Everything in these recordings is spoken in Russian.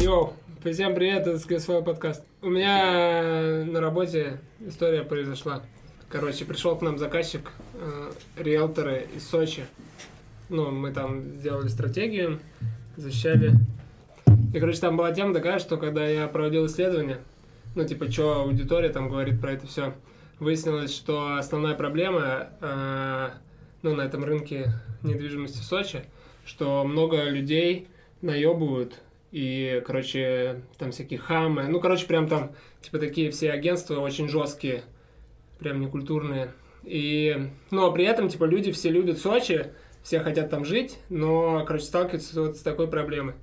Йоу, всем привет, это свой подкаст. У меня на работе история произошла. Короче, пришел к нам заказчик, э, риэлторы из Сочи. Ну, мы там сделали стратегию, защищали. И, короче, там была тема такая, что когда я проводил исследование, ну, типа, что аудитория там говорит про это все, выяснилось, что основная проблема, э, ну, на этом рынке недвижимости в Сочи, что много людей наебывают и, короче, там всякие хамы. Ну, короче, прям там, типа, такие все агентства очень жесткие, прям некультурные. И, ну, а при этом, типа, люди все любят Сочи, все хотят там жить, но, короче, сталкиваются вот с такой проблемой.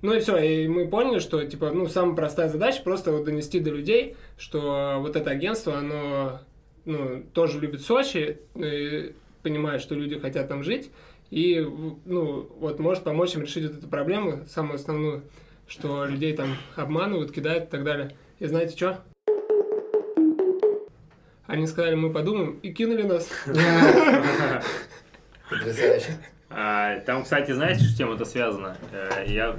Ну и все, и мы поняли, что, типа, ну, самая простая задача просто вот донести до людей, что вот это агентство, оно, ну, тоже любит Сочи, и понимает, что люди хотят там жить, и, ну, вот может помочь им решить вот эту проблему, самую основную, что людей там обманывают, кидают и так далее. И знаете что? Они сказали, мы подумаем, и кинули нас. Потрясающе. А, Там, кстати, знаете, с чем это связано? Э, Я,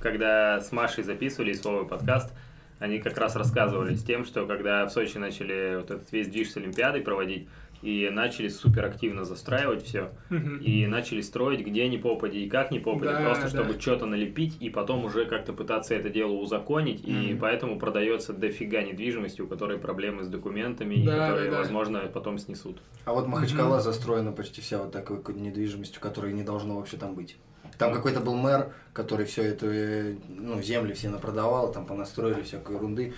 когда с Машей записывали свой подкаст, они как раз рассказывали с тем, что когда в Сочи начали вот этот весь движ с Олимпиадой проводить, и начали супер активно застраивать все, Мгм. и начали строить где ни попади и как ни попади, Да, просто да. чтобы что-то налепить, и потом уже как-то пытаться это дело узаконить, и Мгм. поэтому продается дофига недвижимости, у которой проблемы с документами, и Да, да, которые, да. возможно, потом снесут. А вот Махачкала застроена почти вся вот такой какой-то недвижимостью, которой не должно вообще там быть. Там какой-то был мэр, который все это, э, ну, земли все напродавал, там понастроили всякой ерунды.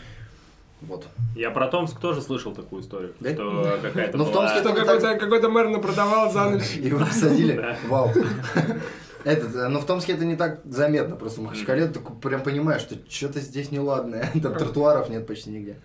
Вот. Я про Томск тоже слышал такую историю, Да? что какая-то Ну, в была- Томске Что какой-то какой-то мэр напродавал за ночь. Его посадили. Да. Вау. Этот, э, но в Томске это не так заметно, просто в Махачкале ты ку- прям понимаешь, что что-то здесь неладное, там тротуаров нет почти нигде.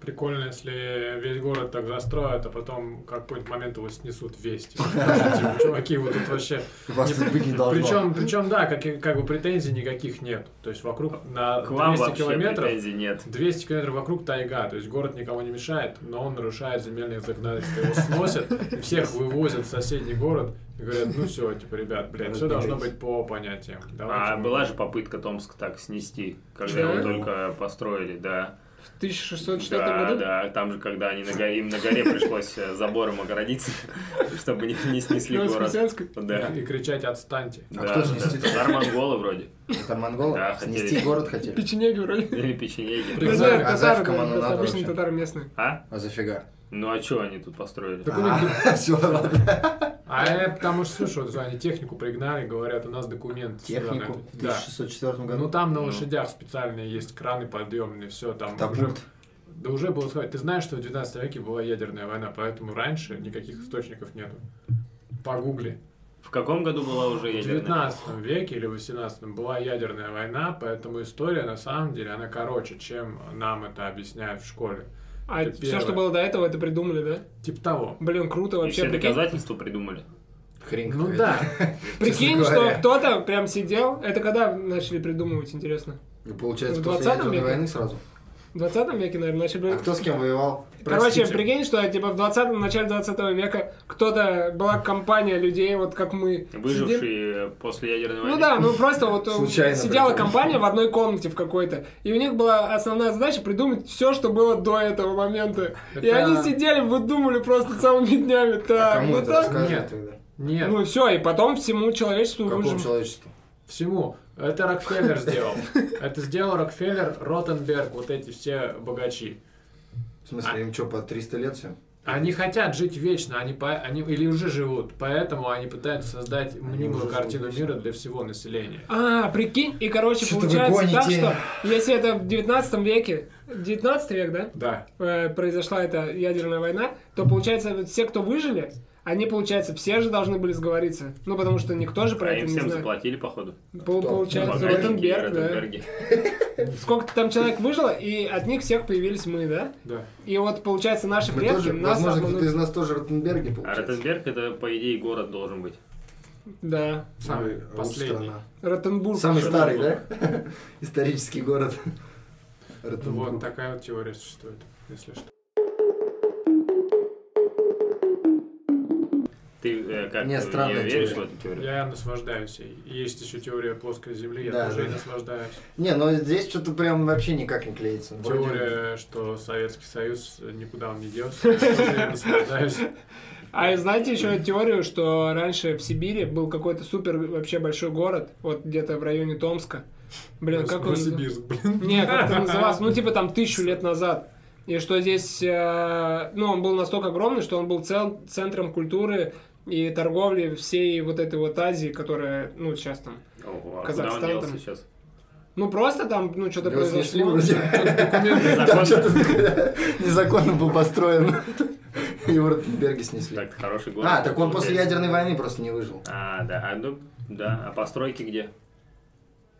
Прикольно, если весь город так застроят, а потом в какой-то момент его снесут весь. Типа, типа, чуваки, вот тут вообще... Вас тут быть не должно. Причем, причем да, как, и- как бы претензий никаких нет. То есть вокруг на К вам 200 вообще километров... претензий нет. 200 километров вокруг тайга, то есть город никого не мешает, но он нарушает земельное законодательство, его сносят, и всех вывозят в соседний город и говорят, ну все, типа, ребят, блядь, все должно быть по понятиям. Давайте А мы- была же попытка Томск так снести, когда Да? его только построили, да. В 1604 Да, году? да, там же, когда они на горе, им на горе пришлось э, забором огородиться, чтобы не, не снесли Ну, город. Новоскресенск. Да. и кричать «отстаньте». А кто снести-то? Дармонголы вроде. Это монголы? Да, хотели. Снести город хотели. Печенеги вроде. Или печенеги. Прикольно. Татары, а татары, Зафикам да, оно просто надо обычные вообще? татары местные. А? А зафига? Ну а что они тут построили? Так у них Все, ладно. А я потому что слышу, вот они технику пригнали, говорят, у нас документ. Технику в Да. 1604 Ну году. там на Ну. лошадях специальные есть краны подъемные, все там уже. Табут. Да уже было сказать, ты знаешь, что в 19 веке была ядерная война, поэтому раньше никаких источников нету. Погугли. В каком году была уже В ядерная? 19 веке или 18 была ядерная война, поэтому история на самом деле она короче, чем нам это объясняют в школе. А Это все, первое. что было до этого, это придумали, да? Типа того. Блин, круто И вообще. все прикинь. доказательства придумали. Хрень Ну какая-то. да. Прикинь, Честно что говоря. кто-то прям сидел. Это когда начали придумывать, интересно? И Ну, Получается, В после 20 ядерной веке? войны сразу. В 20 веке, наверное, начали... А кто с кем воевал? Короче, Простите. прикинь, что типа в 20 начале 20 века кто-то, была компания людей, вот как мы. сидим- Выжившие после ядерной войны. Ну да, ну просто вот э, Случайно сидела причем. компания в одной комнате в какой-то, и у них была основная задача придумать все, что было до этого момента. И Это- они сидели, выдумали просто целыми днями. Так, А Кому ну это так. рассказывали Нет. Ну, тогда? Нет. Ну все, и потом всему человечеству Какому выжим. человечеству? Всему. Это Рокфеллер сделал. Это сделал Рокфеллер, Ротенберг, вот эти все богачи. В А. смысле, им что, по 300 лет всем? Они хотят жить вечно, они, по, они или уже живут, поэтому они пытаются создать мнимую уже картину живут мира для всего населения. А, прикинь, и короче, Что-то вы получается так, гоните. что если это в 19 веке, 19 век, да? Да. э, произошла эта ядерная война, то получается вот все, кто выжили, они, получается, все же должны были сговориться. Ну, потому что никто же про А это им не всем знает. заплатили, походу. Пол- Кто? Получается, Богатенькие Ротенберг, да. Ротенберги. Сколько там человек выжило, и от них всех появились мы, да? Да. И вот, получается, наши Мы предки тоже, нас возможно, кто-то обманули. из нас тоже Ротенберги А получается. Ротенберг это, по идее, город должен быть. Да. Самый Ой, последний. страна. Ротенбург. Самый Шерлок. старый, да? Исторический город. Вот Ротенбург. такая вот теория существует, если что. Ты э, как Мне ты в неё странная веришь в теория. эту теорию? Я наслаждаюсь ей. Есть еще теория плоской земли, я Да, тоже да, ей да. наслаждаюсь. Не, ну здесь что-то прям вообще никак не клеится. Вроде- Теория, что Советский Союз э, никуда он не делся, я тоже ей наслаждаюсь. А знаете еще теорию, что раньше в Сибири был какой-то супер вообще большой город, вот где-то в районе Томска. Блин, как он... Новосибирск, блин. Не, как это назывался? Ну, типа там тысячу лет назад. И что здесь, э, ну, он был настолько огромный, что он был цел- центром культуры и торговли всей вот этой вот Азии, которая, ну, сейчас там. Ого, а куда он Казахстан делся там. сейчас? Ну, просто там, ну, что-то Его снесли произошло. вроде. Там Незаконно. что-то незаконно был построен. Его Ротенберги снесли. Так, хороший город. А, так он после Получается. ядерной войны просто не выжил. А, да, а, ну, да, а постройки где?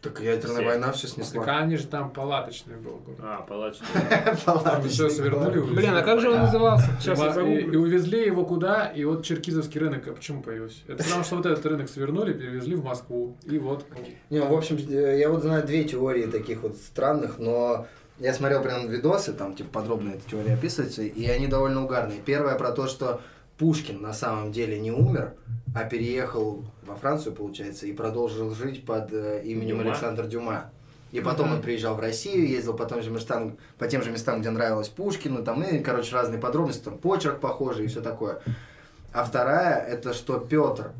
Так ядерная Все. война все Так снесла. они же там палаточный был. город. А, палач. Там Палаточный все свернули. увезли. Блин, а как же он Да. назывался? Сейчас я И, э, и загуглю. увезли его куда, и вот черкизовский рынок а почему появился? Это потому, что вот этот рынок свернули, перевезли в Москву, и вот. Не, в общем, э, я вот знаю две теории таких вот странных, но я смотрел прям видосы, там типа подробно эта теория описывается, и они довольно угарные. Первая про то, что Пушкин на самом деле не умер, а переехал во Францию, получается, и продолжил жить под э, именем Дюма? Александр Дюма. И потом он приезжал в Россию, ездил по, том же местам, по тем же местам, где нравилось Пушкину, там, и, короче, разные подробности, там, почерк похожий и все такое. А вторая, это что Петр,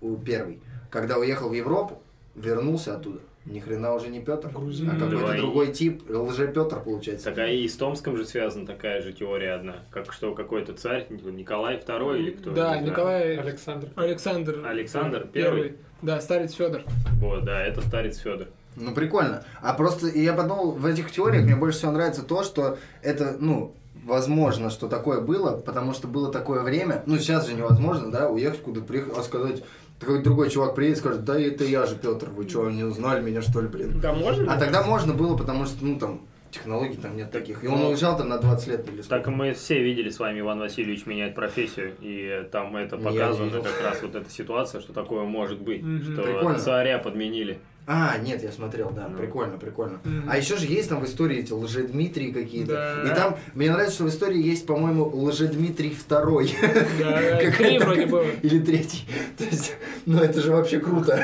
у первый, когда уехал в Европу, вернулся оттуда. Ни хрена уже не Петр, Грузин. а какой-то Давай. а другой тип, лже Петр получается. Такая и с Томском же связана такая же теория одна. Как что какой-то царь, Николай II или кто? Да, не знаю. Николай... Александр. Александр. Александр Первый. Да, старец Федор. Вот, да, это старец Федор. Ну прикольно. А просто и я подумал, в этих теориях мне больше всего нравится то, что это, ну, возможно, что такое было, потому что было такое время. Ну сейчас же невозможно, да, уехать куда приехать, а сказать какой-то другой чувак приедет и скажет, да это я же Петр, вы что, не узнали меня что ли, блин? Да, можно? А тогда можно было, потому что, ну там, технологий там нет таких. И он Ну, уезжал там на 20 лет или Так сколько. мы все видели с вами, Иван Васильевич меняет профессию, и э, там это Я показано видел. как раз вот эта ситуация, что такое может быть, Мгм. что Прикольно. царя подменили. А, нет, я смотрел, да, Ну. прикольно, прикольно. Мгм. А еще же есть там в истории эти лжедмитрии какие-то. Да. И там, мне нравится, что в истории есть, по-моему, лжедмитрий второй. Да, да, три Какая-то вроде как- было. Или третий. То есть, ну это же вообще круто.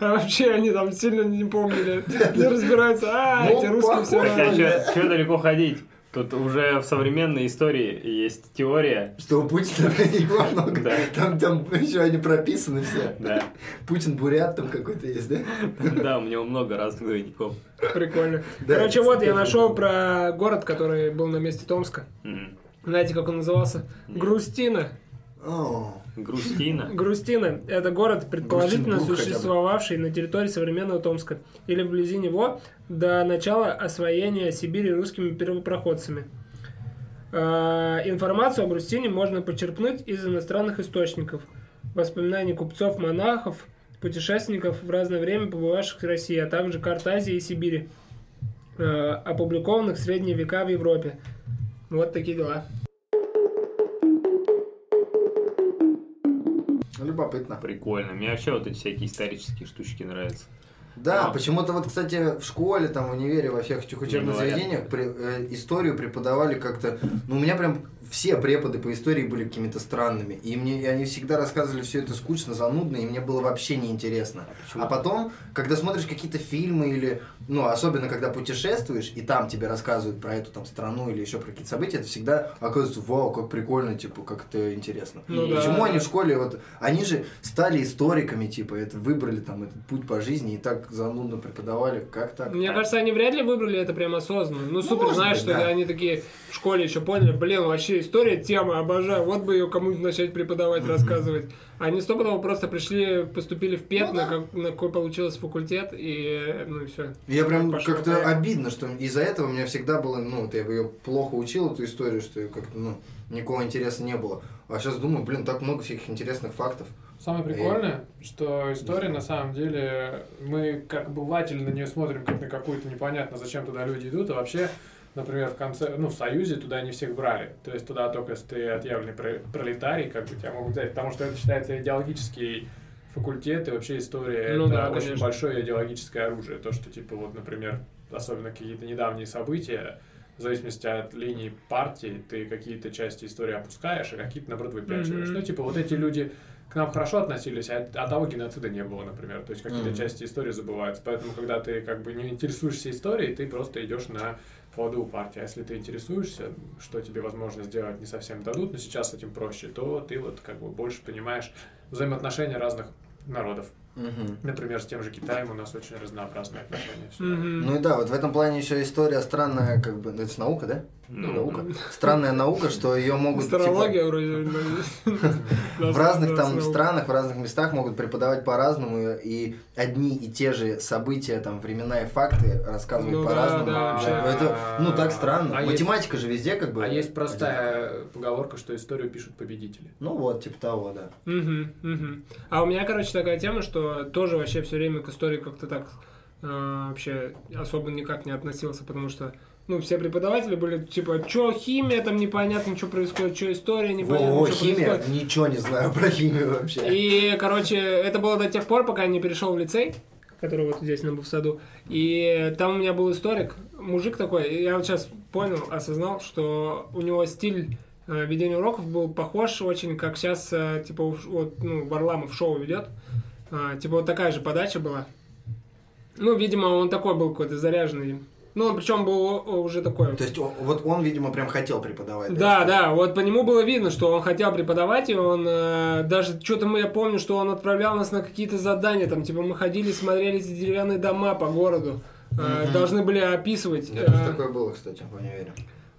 А вообще они там сильно не помнили, не разбираются. А, Ну, эти русские все похоже. равно. Так, а что далеко ходить? Тут уже в современной истории есть теория, Что у Путина его много. Да. Там, там еще они прописаны все. да, Путин бурят там какой-то есть, да? да, у него много разных двойников. Прикольно. Да, Короче, это вот я тоже нашел было. про город, который был на месте Томска. М. Знаете, как он назывался? Нет. Грустина. О, Грустина. Грустина – это город, предположительно Грустинбург хотя бы. существовавший на территории современного Томска или вблизи него до начала освоения Сибири русскими первопроходцами. Э, Информацию о Грустине можно почерпнуть из иностранных источников, воспоминаний купцов, монахов, путешественников в разное время побывавших в России, а также карт Азии и Сибири, э, опубликованных в средние века в Европе. Вот такие дела. любопытно. Прикольно. Мне вообще вот эти всякие исторические штучки нравятся. Да, Да. почему-то вот, кстати, в школе, там, в универе, во всех этих учебных Не говорят. заведениях при- э, историю преподавали как-то... Ну, у меня прям все преподы по истории были какими-то странными. И мне и они всегда рассказывали все это скучно, занудно, и мне было вообще неинтересно. почему? А потом, когда смотришь какие-то фильмы или... Ну, особенно, когда путешествуешь, и там тебе рассказывают про эту там страну или еще про какие-то события, это всегда оказывается, вау, как прикольно, типа, как это интересно. Ну да, Почему да. они в школе, вот, они же стали историками, типа, это выбрали там этот путь по жизни и так занудно преподавали, как так? Мне кажется, они вряд ли выбрали это прям осознанно. Ну, супер, может знаешь, быть, что да. они такие в школе еще поняли, блин, вообще история тема, обожаю, вот бы ее кому-нибудь начать преподавать, рассказывать. Они стопудово просто пришли, поступили в Ну ПЕТ, на, как- на какой получился факультет, и э, ну и все. Я прям Пошло как-то поехало. обидно, что из-за этого у меня всегда было, ну, вот я бы ее плохо учил, эту историю, что я как-то, ну, никакого интереса не было. А сейчас думаю, блин, так много всяких интересных фактов. Э, Самое прикольное, что история на самом деле, мы как обыватели на нее смотрим как на какую-то непонятно, зачем туда люди идут, а вообще, например, в конце, ну, в Союзе туда не всех брали. То есть туда только если ты отъявленный пр- пролетарий, как бы тебя могут взять, потому что это считается идеологический факультет, и вообще история Ну это да, очень конечно. большое идеологическое оружие. То, что типа вот, например, особенно какие-то недавние события, в зависимости от линии партии, ты какие-то части истории опускаешь, а какие-то, наоборот, выпячиваешь. Мгм. Ну, типа, вот эти люди к нам хорошо относились, а, а того геноцида не было, например. То есть какие-то Мгм. части истории забываются. Поэтому, когда ты как бы не интересуешься историей, ты просто идешь на поводу у партии. А если ты интересуешься, что тебе, возможно, сделать не совсем дадут, но сейчас с этим проще, то ты вот как бы больше понимаешь взаимоотношения разных народов. Мгм. Например, с тем же Китаем у нас очень разнообразные отношения. всегда. Мгм. Ну и да, вот в этом плане еще история странная, как бы, это ж наука, да? Ну, наука. Странная наука, что ее могут... типа, Астрология вроде. в разных там странах, в разных местах могут преподавать по-разному, и- и одни и те же события, там, времена и факты рассказывают Ну да, по-разному. да, Человек- вообще. это, ну, так странно. А есть- Математика же везде как бы... А есть одинакова. простая поговорка, что историю пишут победители. Ну вот, типа того, да. Мгм, мгм. А у меня, короче, такая тема, что тоже вообще все время к истории как-то так э, вообще особо никак не относился, потому что ну, все преподаватели были типа, чё химия там непонятно, что происходит, чё история непонятно, Во-во, чё химия, происходит. ничего не знаю про химию вообще. И, короче, это было до тех пор, пока я не перешел в лицей, который вот здесь, на Буфсаду. И там у меня был историк, мужик такой. И я вот сейчас понял, осознал, что у него стиль э, ведения уроков был похож очень, как сейчас, типа, у- вот, ну, Варламов шоу ведет. А, Типа, вот такая же подача была. Ну, видимо, он такой был какой-то заряженный. Ну, он причем был о- уже такой... То есть о- вот он, видимо, прям хотел преподавать. Да, что ли? да, вот по нему было видно, что он хотел преподавать, и он э, даже что-то мы, я помню, что он отправлял нас на какие-то задания, там, типа, мы ходили, смотрели эти деревянные дома по городу, э, Мгм. должны были описывать. Я э, тоже такое было, кстати, в универе.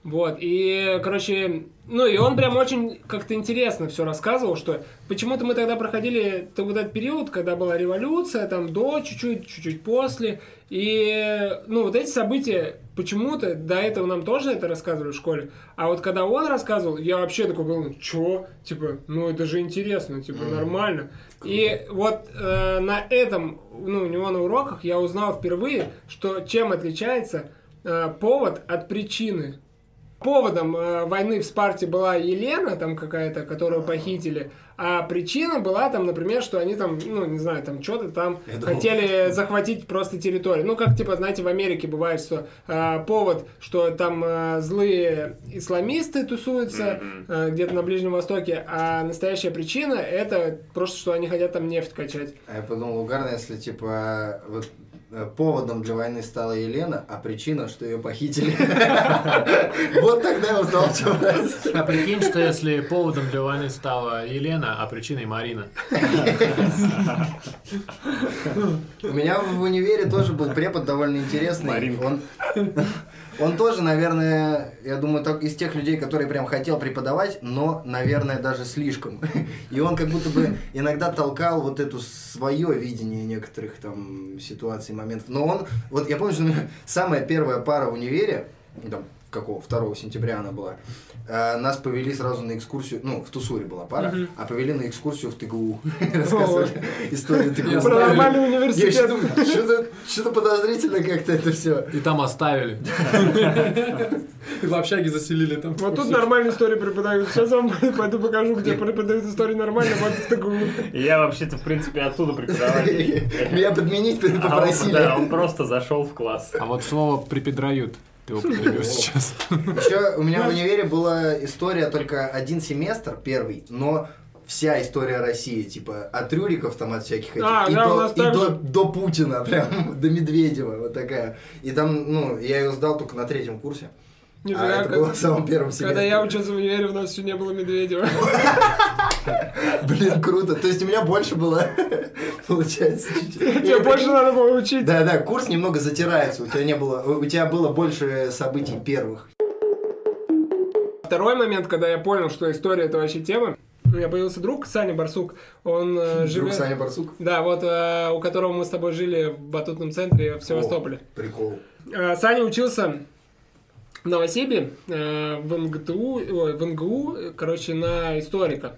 вот, и, короче, ну, и он прям очень как-то интересно все рассказывал, что почему-то мы тогда проходили т- вот этот период, когда была революция, там, до чуть-чуть, чуть-чуть после, и, ну, вот эти события почему-то, до этого нам тоже это рассказывали в школе, а вот когда он рассказывал, я вообще такой был, чё, типа, ну, это же интересно, типа, Мгм. нормально. И вот э, на этом, ну, у него на уроках я узнал впервые, что чем отличается э, повод от причины. Поводом э, войны в Спарте была Елена, там какая-то, которую похитили, а причина была там, например, что они там, ну, не знаю, там что-то там Я думал. хотели захватить просто территорию. Ну, как, типа, знаете, в Америке бывает, что э, повод, что там э, злые исламисты тусуются, Мгм. э, где-то на Ближнем Востоке, а настоящая причина это просто, что они хотят там нефть качать. А я подумал, угарно, если типа вот э, поводом для войны стала Елена, а причина, что ее похитили. Вот тогда я узнал, что А прикинь, что если поводом для войны стала Елена, а причиной Марина. У меня в универе тоже был препод довольно интересный. Маринка. Он, он тоже, наверное, я думаю, так из тех людей, которые прям хотел преподавать, но, наверное, даже слишком. И он как будто бы иногда толкал вот эту свое видение некоторых там ситуаций, моментов. Но он, вот я помню, что у меня самая первая пара в универе, ну, там, какого, 2 сентября она была, э, нас повели сразу на экскурсию, ну, в Тусуре была пара, Мгм. а повели на экскурсию в ТГУ. Рассказывали историю ТГУ. Про нормальный Я ещё университет. думаю, что-то, что-то подозрительно как-то это все. И там оставили. В общаге заселили там. Вот тут нормальную историю преподают. Сейчас вам пойду покажу, где преподают историю нормально. Вот в такую. Я вообще-то, в принципе, оттуда преподаватель. Меня подменить А он- Да, он попросили. просто зашел в класс. А вот слово «припедрают» ты употребил сейчас. Еще у меня в универе была история только один семестр, первый, но вся история России, типа от Рюриков там от всяких этих, А, и, да, у до, нас и так до- же. до Путина, прям до Медведева, вот такая. И там, ну, я ее сдал только на третьем курсе. Не а знаю, это как- было в самом первом семестре. Когда я учился в универе, у нас еще не было Медведева. Блин, круто. То есть у меня больше было, получается. чуть-чуть. Тебе больше надо было учить. Да, да, курс немного затирается. У тебя не было, у у тебя было больше событий первых. Второй момент, когда я понял, что история это вообще тема. У меня появился друг Саня Барсук. Он э, Друг живет... Саня Барсук. Да, вот э, у которого мы с тобой жили в батутном центре в Севастополе. О, прикол. Э, Саня учился в Новосибе, э, в НГТУ, ой, в НГУ, э, короче, на историка.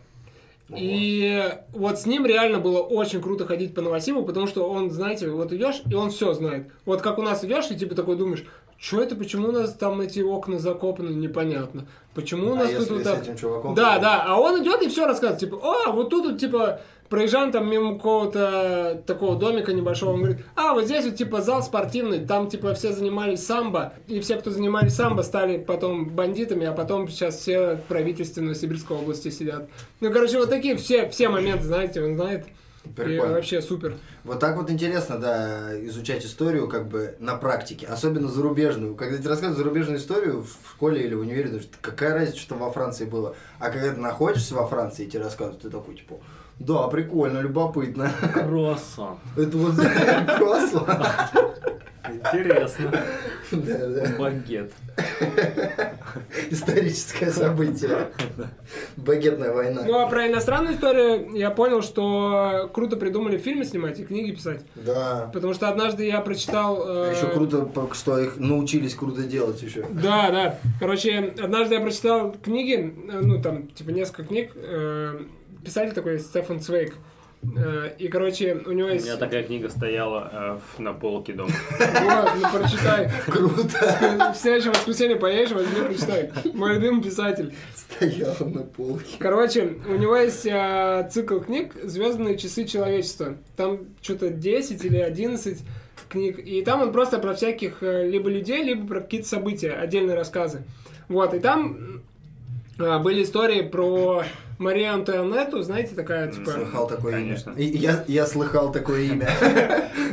И вот с ним реально было очень круто ходить по Новосибу, потому что он, знаете, вот идешь, и он все знает. Вот как у нас идешь, и типа такой думаешь, что это, почему у нас там эти окна закопаны, непонятно. Почему Ну, у А нас если тут вот с так... этим чуваком? Да, да, а он идет и все рассказывает, типа, а, вот тут, вот, типа, проезжаем там мимо какого-то такого домика небольшого, он говорит, а, вот здесь вот типа зал спортивный, там типа все занимались самбо, и все, кто занимались самбо, стали потом бандитами, а потом сейчас все в правительстве Новосибирской области сидят. Ну, короче, вот такие все, все моменты, знаете, он знает. И Прикольно. вообще супер. Вот так вот интересно, да, изучать историю как бы на практике, особенно зарубежную. Когда тебе рассказывают зарубежную историю в школе или в универе, думаешь, какая разница, что там во Франции было. А когда ты находишься во Франции и тебе рассказывают, ты такой, типа, да, прикольно, любопытно. Кроссон. Это вот круассан. Интересно. Да, да. Багет. Историческое событие. Багетная война. Ну, а про иностранную историю я понял, что круто придумали фильмы снимать и книги писать. Да. Потому что однажды я прочитал... э, Еще А круто, что их научились круто делать еще. Да, да. Короче, однажды я прочитал книги, э, ну, там, типа, несколько книг. э, Писатель такой Стефан Цвейк. Э, И, короче, у него У есть... меня такая книга стояла э, в- на полке дома. Вот, ну, прочитай. Круто В следующее воскресенье поедешь, возьми, прочитай. Мой любимый писатель. стоял на полке. Короче, у него есть э, цикл книг «Звездные часы человечества». Там что-то 10 или 11 книг. И там он просто про всяких э, либо людей, либо про какие-то события, отдельные рассказы. Вот, и там э, были истории про Марию Антуанетту, знаете, такая, типа... Слыхал такое Конечно. имя. И- Я, я слыхал такое имя.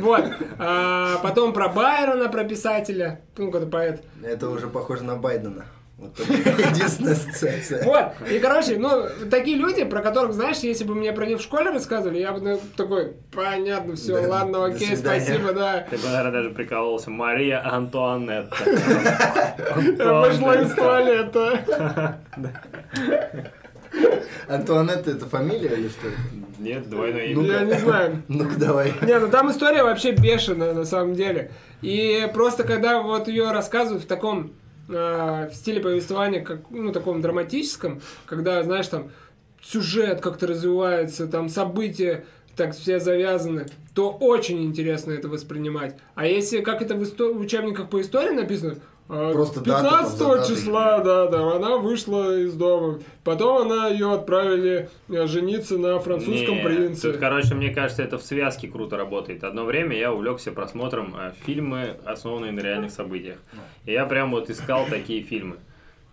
Вот. А, потом про Байрона, про писателя. Ну, какой-то поэт. Это уже похоже на Байдена. Вот только единственная ассоциация. Вот. И, короче, ну, такие люди, про которых, знаешь, если бы мне про них в школе рассказывали, я бы ну, такой, понятно, все, Да, ладно, до окей, свидания. спасибо, да. Ты бы, наверное, даже прикололся. Мария Антуанетта. Я Вышла из Антуанетта. туалета. Антуанетта это фамилия или что? это? Нет, двойное Ну, имя. Я не знаю. Ну-ка давай. Не, ну там история вообще бешеная на самом деле. И просто когда вот ее рассказывают в таком э, в стиле повествования, как, ну, таком драматическом, когда, знаешь, там сюжет как-то развивается, там события так все завязаны, то очень интересно это воспринимать. А если как это в, исто- в учебниках по истории написано, э, Просто дата там 15 за датой. числа, да, да, она вышла из дома. Потом она ее отправили э, жениться на французском Не, принце. Тут, короче, мне кажется, это в связке круто работает. Одно время я увлекся просмотром э, фильмы, основанные на реальных событиях. И я прям вот искал такие фильмы.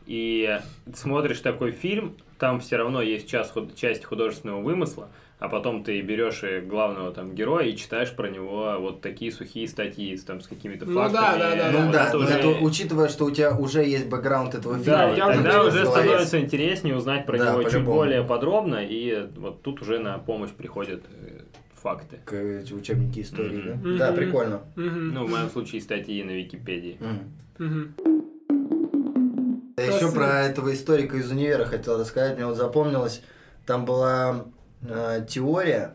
И смотришь такой фильм, там все равно есть час худ- часть художественного вымысла, а потом ты берешь и главного там героя и читаешь про него вот такие сухие статьи с, там, с какими-то Ну да, фактами. э, да, да, да. Ну да, Это но уже- это учитывая, что у тебя уже есть бэкграунд этого Да, фильма. и я уже тогда понял, уже что становится интереснее узнать про Да, него чуть по-любому. более подробно, и вот тут уже на помощь приходят э, факты. К, эти учебники истории, да? Мгм. Да, Мгм. прикольно. Мгм, Ну, в моем случае статьи на Википедии. Мгм. мгм. Я еще Красиво. про этого историка из универа хотел рассказать. Мне вот запомнилось, там была э, теория,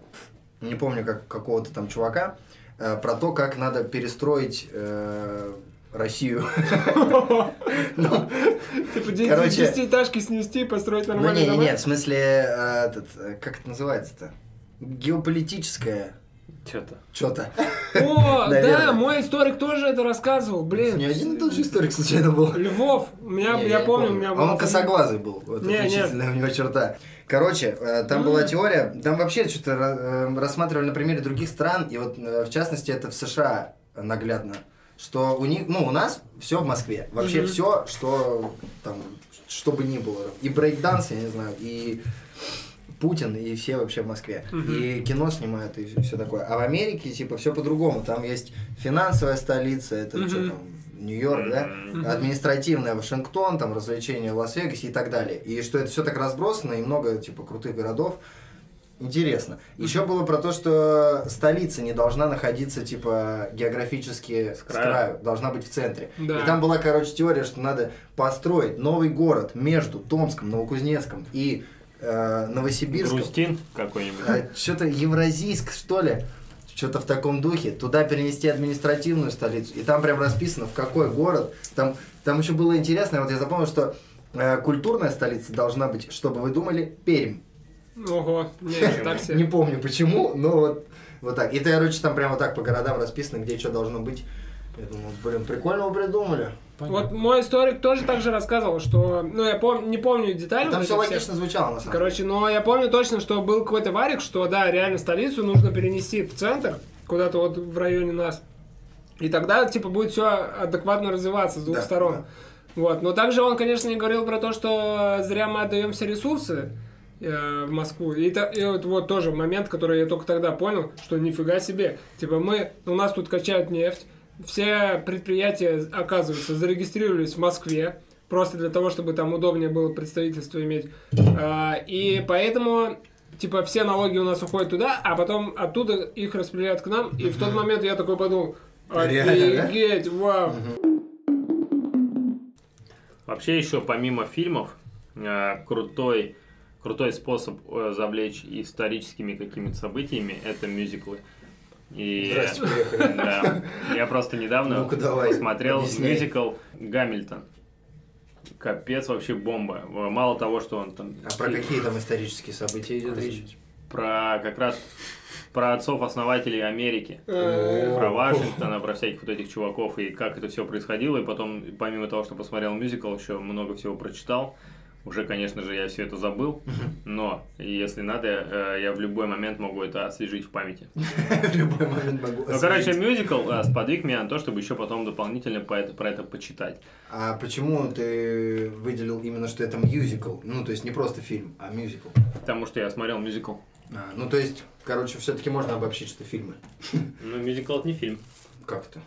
не помню, как какого-то там чувака, э, про то, как надо перестроить э, Россию. Ну, Типа де- Короче- десятиэтажки снести и построить Ну нормальный не, не, дом. не, в смысле, э, этот, э, как это называется-то? Геополитическое Что-то. что-то. О, Наверное. да, мой историк тоже это рассказывал, Не блин. один и тот же историк случайно был. Львов, у меня, Не, я не помню, у меня А была Он фамилия. косоглазый был. Вот Не, не. отличительная у него черта. Короче, э, там была теория, там вообще что-то э, рассматривали на примере других стран, и вот э, в частности это в США наглядно, что у них, ну у нас все в Москве, вообще Мгм. все, что там, что бы ни было, и брейкданс, я не знаю, и Путин и все вообще в Москве. Мгм. И кино снимают и все такое. А в Америке, типа, все по-другому. Там есть финансовая столица, это Мгм. что там, Нью-Йорк, да? М, административная Вашингтон, там развлечения в Лас-Вегасе и так далее. И что это все так разбросано и много типа крутых городов. Интересно. Еще было про то, что столица не должна находиться типа географически с краю, краю. должна быть в центре. Да. И там была, короче, теория, что надо построить новый город между Томском, Новокузнецком и э, Новосибирском. Грустин какой-нибудь. Э, Что-то Евразийск, что ли? Что-то в таком духе. Туда перенести административную столицу. И там прям расписано, в какой город. Там, там еще было интересно, вот я запомнил, что э, культурная столица должна быть, чтобы вы думали, Пермь. Ого, не, так Не себе. помню почему, но вот, вот так. И, короче, там прямо так по городам расписано, где что должно быть. Я думал, блин, прикольно вы придумали. Вот мой историк тоже так же рассказывал, что... Ну, я пом... не помню детали. А Там вот все этих всех. логично звучало, на самом деле. Короче, но я помню точно, что был какой-то варик, что да, реально столицу нужно перенести в центр, куда-то вот в районе нас. И тогда, типа, будет все адекватно развиваться с двух Да, сторон. да. Вот. Но также он, конечно, не говорил про то, что зря мы отдаем все ресурсы э, в Москву. И, та- и вот, вот тоже момент, который я только тогда понял, что нифига себе. Типа мы, у нас тут качают нефть, все предприятия, оказывается, зарегистрировались в Москве, просто для того, чтобы там удобнее было представительство иметь. А, и поэтому, типа, все налоги у нас уходят туда, а потом оттуда их распределяют к нам. И в тот момент я такой подумал, Реально, да? офигеть, вау. Вообще еще помимо фильмов э, крутой крутой способ э, завлечь историческими какими-то событиями это мюзиклы. И Здрасте, приехали. да, я просто недавно Ну-ка, давай, посмотрел объясняй. мюзикл Гамильтон. Капец, вообще бомба. Мало того, что он там А про какие там исторические события идет речь? про как раз про отцов-основателей Америки. Э, про Вашингтона, про всяких вот этих чуваков и как это все происходило. И потом, помимо того, что посмотрел мюзикл, еще много всего прочитал. Уже, конечно же, я все это забыл, но если надо, э, я в любой момент могу это освежить в памяти. В любой момент могу Ну, короче, мюзикл э, сподвиг меня на то, чтобы еще потом дополнительно по это- про это почитать. А почему ты выделил именно, что это мюзикл? Ну, то есть не просто фильм, а мюзикл. Потому что я смотрел мюзикл. А, ну, то есть, короче, все-таки можно обобщить, что фильмы. Ну, мюзикл это не фильм. Как это?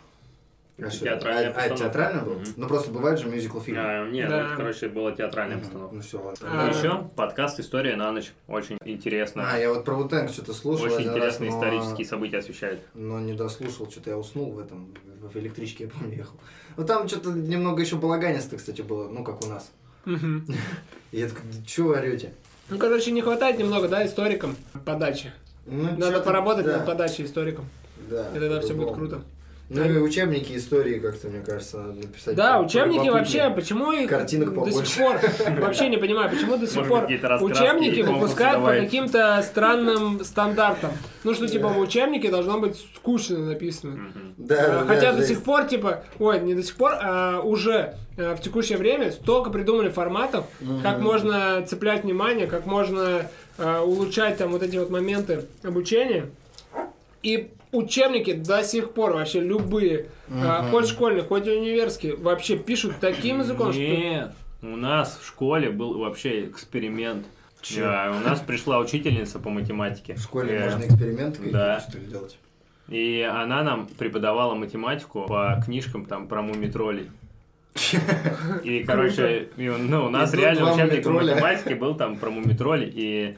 А, Это что- театральная а- а, это постановка. театрально было? Мгм. Ну, просто бывает же мюзикл-фильм. А, Нет, Да. это, короче, была театральная постановка. Ну, все, ладно. А. Еще подкаст «История на ночь». Очень интересно. А, я вот про Вутенг что-то слушал. Очень один раз, интересные но- исторические события освещает. Но не дослушал, что-то я уснул в этом, в электричке, я помню, ехал. Ну, там что-то немного еще балаганисто, кстати, было, ну, как у нас. мгм. И я такой, чего вы орете? Ну, короче, не хватает немного, да, историкам подачи. Ну, Надо чё-то- поработать да, над подачей историкам, Да. и тогда все будет по-любому. круто. Ну, и учебники истории как-то, мне кажется, надо написать. Да, по- учебники полюбопытнее. вообще, почему их Картинок до сих побольше. пор, вообще не понимаю, почему до сих Может пор быть, какие-то раскраски учебники и конкурсы выпускают по давай. каким-то странным стандартам. Ну что, типа, в учебнике должно быть скучно написано. Мгм. Да, А, да, Хотя да, до жесть. сих пор, типа, ой, не до сих пор, а уже а, в текущее время столько придумали форматов, как можно цеплять внимание, как можно а, улучшать там вот эти вот моменты обучения. И учебники до сих пор вообще любые, а, хоть школьные, хоть универские, вообще пишут таким языком, что... Нет, у нас в школе был вообще эксперимент. Чё? Да, у нас пришла учительница по математике. В школе Э, можно эксперименты какие-то, да. что ли, делать. И она нам преподавала математику по книжкам там про мумитролей. И, короче, и, ну, у нас тут реально два учебник по мумитроля. математике был там про мумитроли, и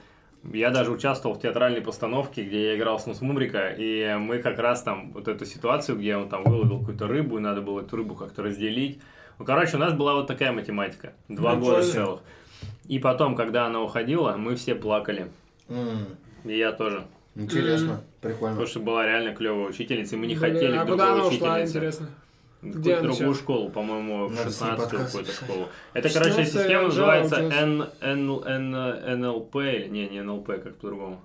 я даже участвовал в театральной постановке, где я играл с Мумрика, и мы как раз там вот эту ситуацию, где он там выловил какую-то рыбу, и надо было эту рыбу как-то разделить. Ну, короче, у нас была вот такая математика. Два Ничего года себе. целых. И потом, когда она уходила, мы все плакали. М, И я тоже. Интересно, прикольно. Потому что была реально клевая учительница, и мы не Блин, хотели а другой куда она ушла, учительницы. интересно? В Где какую-то она другую сейчас? школу, по-моему, в Надо с ней 16 подкаст какую-то записать. школу. Это, короче, 16-я система жала называется училась. Н- Н- Н- НЛП, или не, не НЛП, как по-другому.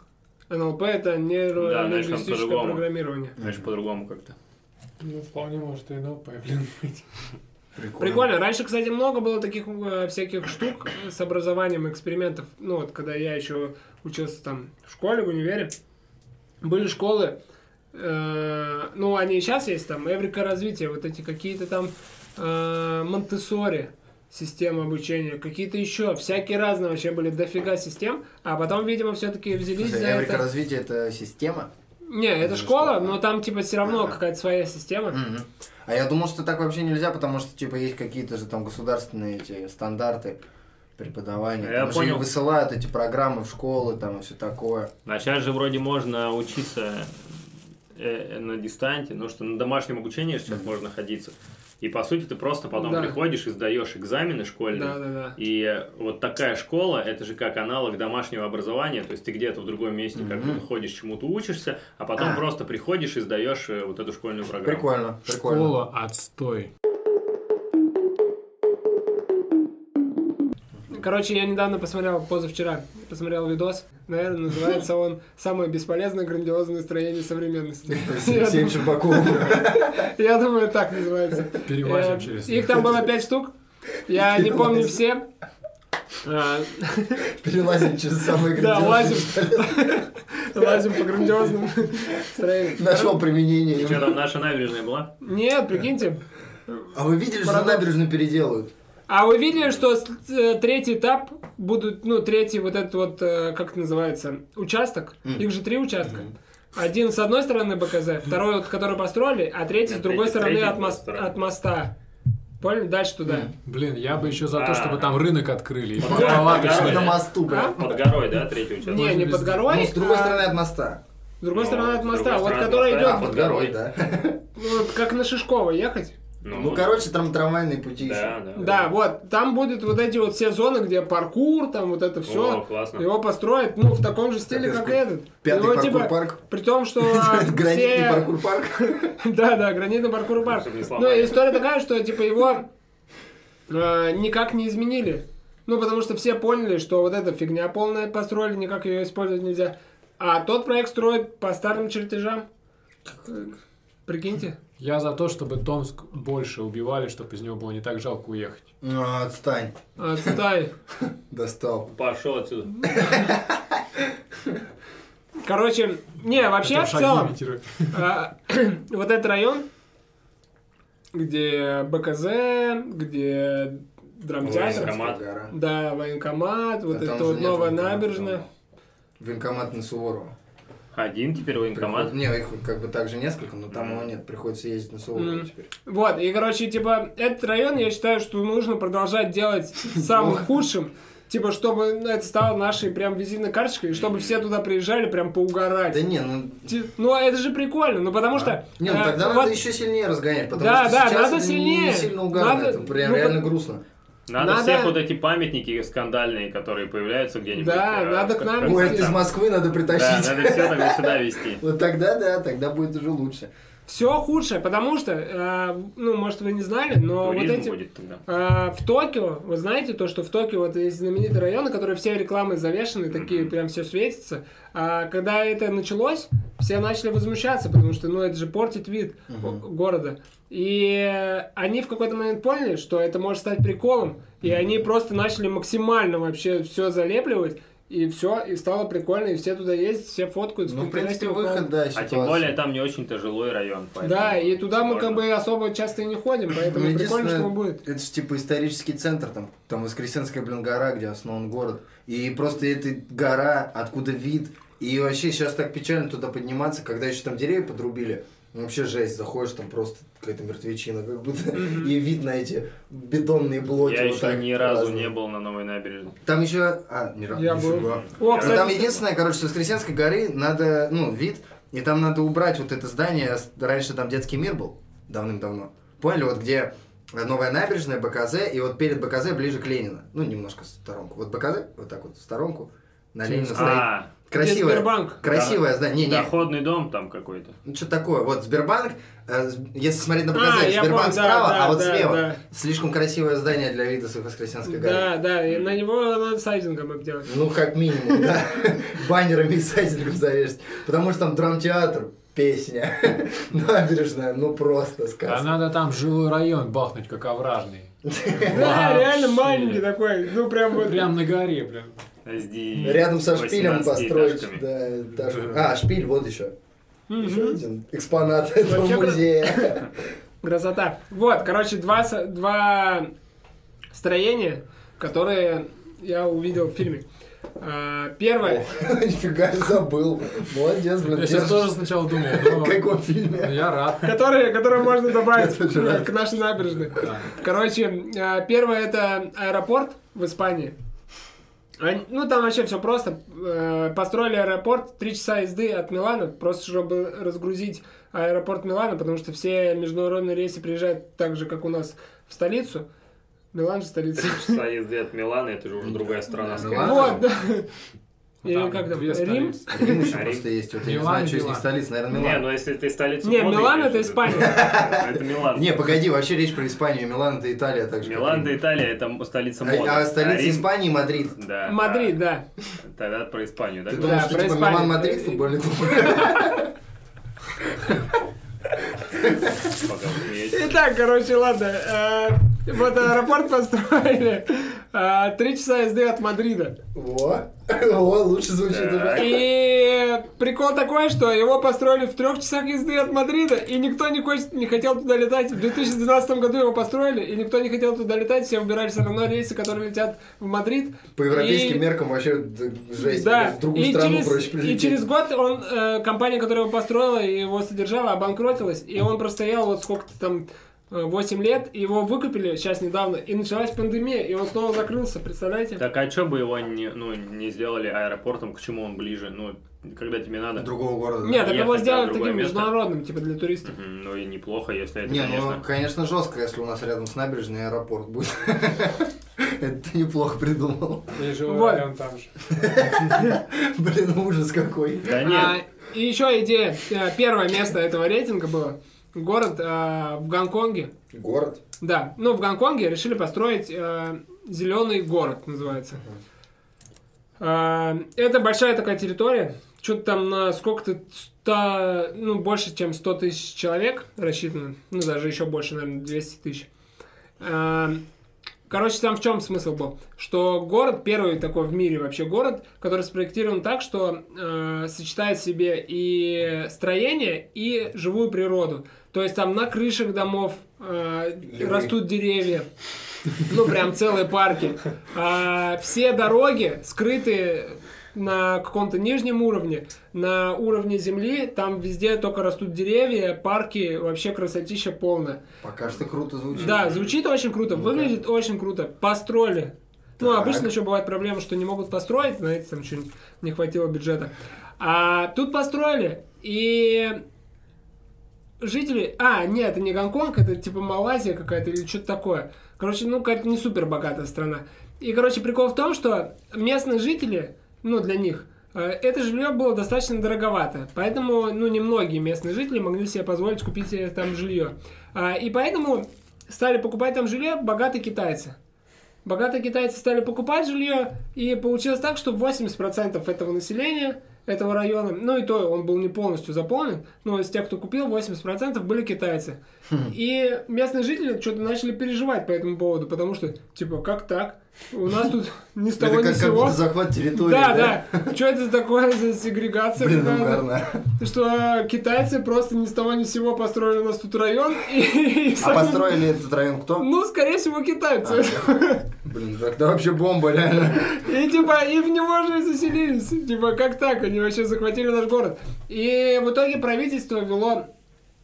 НЛП — это Да, знаешь, там нейролингвистическое по-другому. программирование. Знаешь, по-другому как-то. Ну, вполне может и НЛП, блин, быть. Прикольно. Раньше, кстати, много было таких э, всяких штук с образованием экспериментов. Ну вот, когда я еще учился там в школе, в универе, были школы, э, ну они и сейчас есть там, Эврика развитие, вот эти какие-то там э, Монтессори система обучения, какие-то еще, всякие разные вообще были дофига систем, а потом, видимо, все-таки взялись за Эврика это. развитие это система. Не, это Ну, школа, что? но там типа все равно Ага. какая-то своя система. Мгм. А я думал, что так вообще нельзя, потому что типа есть какие-то же там государственные эти стандарты преподавания. Я Там же понял. и высылают эти программы в школы там и все такое. А сейчас же вроде можно учиться э, э, на дистанте, ну что на домашнем обучении сейчас можно находиться. И по сути ты просто потом Да. приходишь и сдаешь экзамены школьные. Да, да, да. И вот такая школа, это же как аналог домашнего образования, то есть ты где-то в другом месте как Мгм. будто ходишь, чему-то учишься, а потом А. просто приходишь и сдаешь э, вот эту школьную программу. Прикольно, прикольно. Школа отстой. Короче, я недавно посмотрел, позавчера, посмотрел видос Наверное, называется он «Самое бесполезное грандиозное строение современности». Семь Щербаковым. Я думаю, так называется. Перевозим Э, через... Их там было пять штук. Я не помню Перелазим. все. А, Перелазим через самые Да, лазим. грандиозные. Лазим по грандиозным строениям. Нашел применение. Что им. там, наша набережная была? Нет, прикиньте. А вы видели, что Парадокс. набережную переделают? А вы видели, что с- э, третий этап будут, ну, третий вот этот вот, э, как это называется, участок? Мгм. Их же три участка. Один с одной стороны БКЗ, второй, вот, который построили, а третий с Нет, другой третий- стороны третий от, мос- построен. от моста. Поняли? Дальше туда. Мгм. Блин, я бы еще за А. то, чтобы Ну, там рынок открыли. и Да, палаточный. На мосту, А? бля. Под горой, да, третий участок? Не, не под горой. Ну, с другой а стороны от моста. с другой Ну, стороны от с моста. другой Вот стороны от который моста. идет, А, под горой. да. ну, вот как на Шишкова ехать. Ну, короче, там трамвайные пути Да, еще. да. Да, вот. Там будут вот эти вот все зоны, где паркур, там вот это О, все. классно. Его построят, ну, в таком же стиле, Капец, как и как этот. Пятый Его, типа, паркур-парк. При том, что Гранитный все- паркур-парк. Да, да, гранитный паркур парк. Чтобы не Ну, сломали. история такая, что типа его э, никак не изменили. Ну, потому что все поняли, что вот эта фигня полная построили, никак ее использовать нельзя. А тот проект строит по старым чертежам. Прикиньте. Я за то, чтобы Томск больше убивали, чтобы из него было не так жалко уехать. Ну, отстань. А, Цветаев. Достал. Пошел отсюда. Короче, не, вообще Хотя в шаги целом, имитируют. а, вот этот район, где БКЗ, где драмтеатр, Военкомат. Гора. да, военкомат, вот Да, там это же вот нет новая военкомата набережная. дома. Военкомат на Суворова. Один теперь военкомат. Приход- Не, их как бы также несколько, но там Мгм. его нет. Приходится ездить на Суворова Мгм. теперь. Вот, и, короче, типа, этот район, я считаю, что нужно продолжать делать самым худшим. Типа, чтобы ну, это стало нашей прям визитной карточкой, и чтобы все туда приезжали прям Да поугарать. не, ну... Ти- Ну, это же прикольно, ну, потому что... Не, ну э, тогда вот- надо еще сильнее разгонять, потому Да, что да, сейчас надо это сильнее. не сильно угарно, Надо- это прям ну, реально вот- грустно. Надо, Надо- всех вот эти памятники скандальные, которые появляются где-нибудь. Да, э, надо к как- нам как- Ой, везти. это из Москвы надо Да, притащить. надо все тогда сюда вести. Вот тогда да, тогда будет уже лучше. Все худшее, потому что, э, ну, может, вы не знали, но вот Туризм эти... будет тогда. А, в Токио, вы знаете то, что в Токио вот есть знаменитые районы, которые все рекламой завешены, такие Мгм. прям все светится. А когда это началось, все начали возмущаться, потому что, ну, это же портит вид Мгм. го- города. И э, они в какой-то момент поняли, что это может стать приколом, и они просто начали максимально вообще все залепливать, и все, и стало прикольно, и все туда ездят, все фоткают. Ну, в принципе, скринрайтинг, выход, да, А ситуация. тем более там не очень-то жилой район. поэтому Да, и туда мы как можно. бы особо часто и не ходим, поэтому Ну, прикольно, единственное, что будет. Это же типа исторический центр, там, там Воскресенская, блин, гора, где основан город. И просто эта гора, откуда вид. И вообще сейчас так печально туда подниматься, когда еще там деревья подрубили. Ну, Вообще жесть, заходишь, там просто какая-то мертвечина, как будто. И вид на эти бетонные блоки. Я вот еще так ни разу разные. не был на новой набережной. Там еще... А, ни разу. Я нифига. был. Я- О, Ну, кстати, там единственное, короче, с Воскресенской горы надо, ну, вид, и там надо убрать вот это здание. а Раньше там детский мир был давным-давно. Поняли, вот где э, новая набережная, БКЗ, и вот перед БКЗ ближе к Ленина. Ну, немножко в сторонку. Вот БКЗ, вот так вот в сторонку. На Ленина стоит. А, Где Красивое, Сбербанк? красивое здание. Не, не, доходный дом там какой-то. ну что такое? Вот Сбербанк, э, с- если смотреть на А, БКЗ, я Сбербанк понял, да, справа, да, а вот да, слева. да. Слишком красивое здание для вида с Воскресенской горы. Да, да, и на него надо сайдингом обделать. Ну, как минимум, да. Баннерами и сайдингом завешать. Потому что там драмтеатр, песня, набережная, ну просто А сказка. надо там жилой район бахнуть, как овражный. Да, Вообще. реально маленький такой, ну прям вот. Прям на горе, блин. Рядом со шпилем построить. построить. да, этажку. А, шпиль, вот еще. Еще Мгм. один экспонат этого Вообще кра- музея. Красота. Вот, короче, два, со- два строения, которые я увидел в фильме. А, Первое. О, Нифига, забыл. Молодец, блин. Я сейчас тоже держишь. сначала думал, В но каком фильме? я рад. Которые, которые можно добавить Это же к нашей набережной. Короче, а, первое это аэропорт в Испании. Они- Ну, там вообще все просто. Э, Построили аэропорт, три часа езды от Милана, просто чтобы разгрузить аэропорт Милана, потому что все международные рейсы приезжают так же, как у нас в столицу. Милан же столица. Часа езды от Милана, это же уже другая страна. Да, скорее. Милан. Вот, да. А Или там как там, две Рим? столицы. Рим еще Рим. просто есть. Вот я не Милан, знаю, что из них Милан. столица. Наверное, Не, ну Милан. если ты столицу Не, моды Милан имеешь это в виду, Испания. то Это Милан. Не, погоди, вообще речь про Испанию. Милан это Италия так же. как Милан да Рим. Италия, это столица моды. А а столица Рим- Испании Мадрид. Да. Мадрид, да. а, Тогда про Испанию, да? Ты ну Да, думаешь, что про типа Испанию. Милан Мадрид футбольный клуб? Пока вы смеетесь. Итак, короче, ладно. э, Вот аэропорт построили. э, Три часа езды от Мадрида. Во, во, лучше звучит. Так. И прикол такой, что его построили в трех часах езды от Мадрида, и никто не, хочет, не хотел туда летать. В 2012 году его построили, и никто не хотел туда летать. Все убирали все равно рейсы, которые летят в Мадрид. По европейским И- меркам вообще д- жесть. Да, В другую и, страну через, проще и прилететь. через год он, э, компания, которая его построила и его содержала, обанкротилась, и он простоял вот сколько-то там, э, 8 лет, и его выкупили сейчас недавно, и началась пандемия, и он снова закрылся, представляете? Так а что бы его не, ну, не сделали аэропортом, к чему он ближе? Ну, когда тебе надо. Другого города. Нет, так Ехать его на сделали другое таким место. международным, типа для туристов. Мгм, Ну и неплохо, если это, Не, ну, конечно. конечно, жестко, если у нас рядом с набережной аэропорт будет. Это ты неплохо придумал. Я живу Вот. рядом там же. Блин, ужас какой. Да нет. А, и еще идея, э, первое место этого рейтинга было город э, в Гонконге. Город? Да, ну в Гонконге решили построить зеленый город, называется. Э, это большая такая территория, что-то там на сколько-то, 100, ну больше, чем 100 тысяч человек рассчитано, ну даже еще больше, наверное, 200 тысяч. Э, Короче, там в чем смысл был? Что город, первый такой в мире вообще город, который спроектирован так, что э, сочетает в себе и строение, и живую природу. То есть там на крышах домов э, Львы. растут деревья. Ну, прям целые парки. А, все дороги скрыты на каком-то нижнем уровне, на уровне земли, там везде только растут деревья, парки, вообще красотища полная. Пока что круто звучит. Да, звучит очень круто, Ну, выглядит очень круто. Построили. Ну, Так. обычно еще бывает проблема, что не могут построить, знаете, там что не хватило бюджета. А тут построили, и жители... А, нет, это не Гонконг, это типа Малайзия какая-то или что-то такое. Короче, ну, какая-то не супер богатая страна. И, короче, прикол в том, что местные жители, ну, для них, э, это жилье было достаточно дороговато. Поэтому, ну, немногие местные жители могли себе позволить купить себе там жилье. А, И поэтому стали покупать там жилье богатые китайцы. Богатые китайцы стали покупать жилье, и получилось так, что 80% этого населения этого района, ну и то он был не полностью заполнен, но из тех, кто купил, 80% были китайцы. Хм. И местные жители что-то начали переживать по этому поводу, потому что, типа, как так? У нас тут ни с Это того ни как, с как сего. будто захват территории. Да, да. Что это такое за сегрегация? Блин, ну какая-то? угарно. Что китайцы просто ни с того ни с сего построили у нас тут район. И, и А сами- построили этот район кто? Ну, скорее всего, китайцы. Блин, тогда вообще бомба, реально. И типа, и в него же и заселились. Типа, как так? Они вообще захватили наш город. И в итоге правительство ввело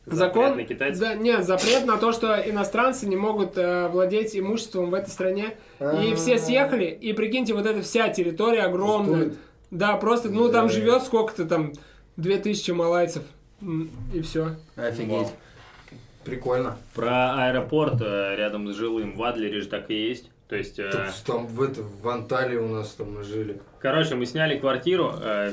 закон... Запрет на китайцев? Да, нет, запрет на то, что иностранцы не могут э, владеть имуществом в этой стране. И А-а-а. все съехали, и прикиньте, вот эта вся территория огромная. Пустует. Да, просто, ну там Да. живет сколько-то там, 2000 малайцев. М, И все. Офигеть. Прикольно. Про аэропорт э, рядом с жилым в Адлере же так и есть. То есть, э, Тут там в, это, в Анталии у нас там мы жили. короче, мы сняли квартиру э,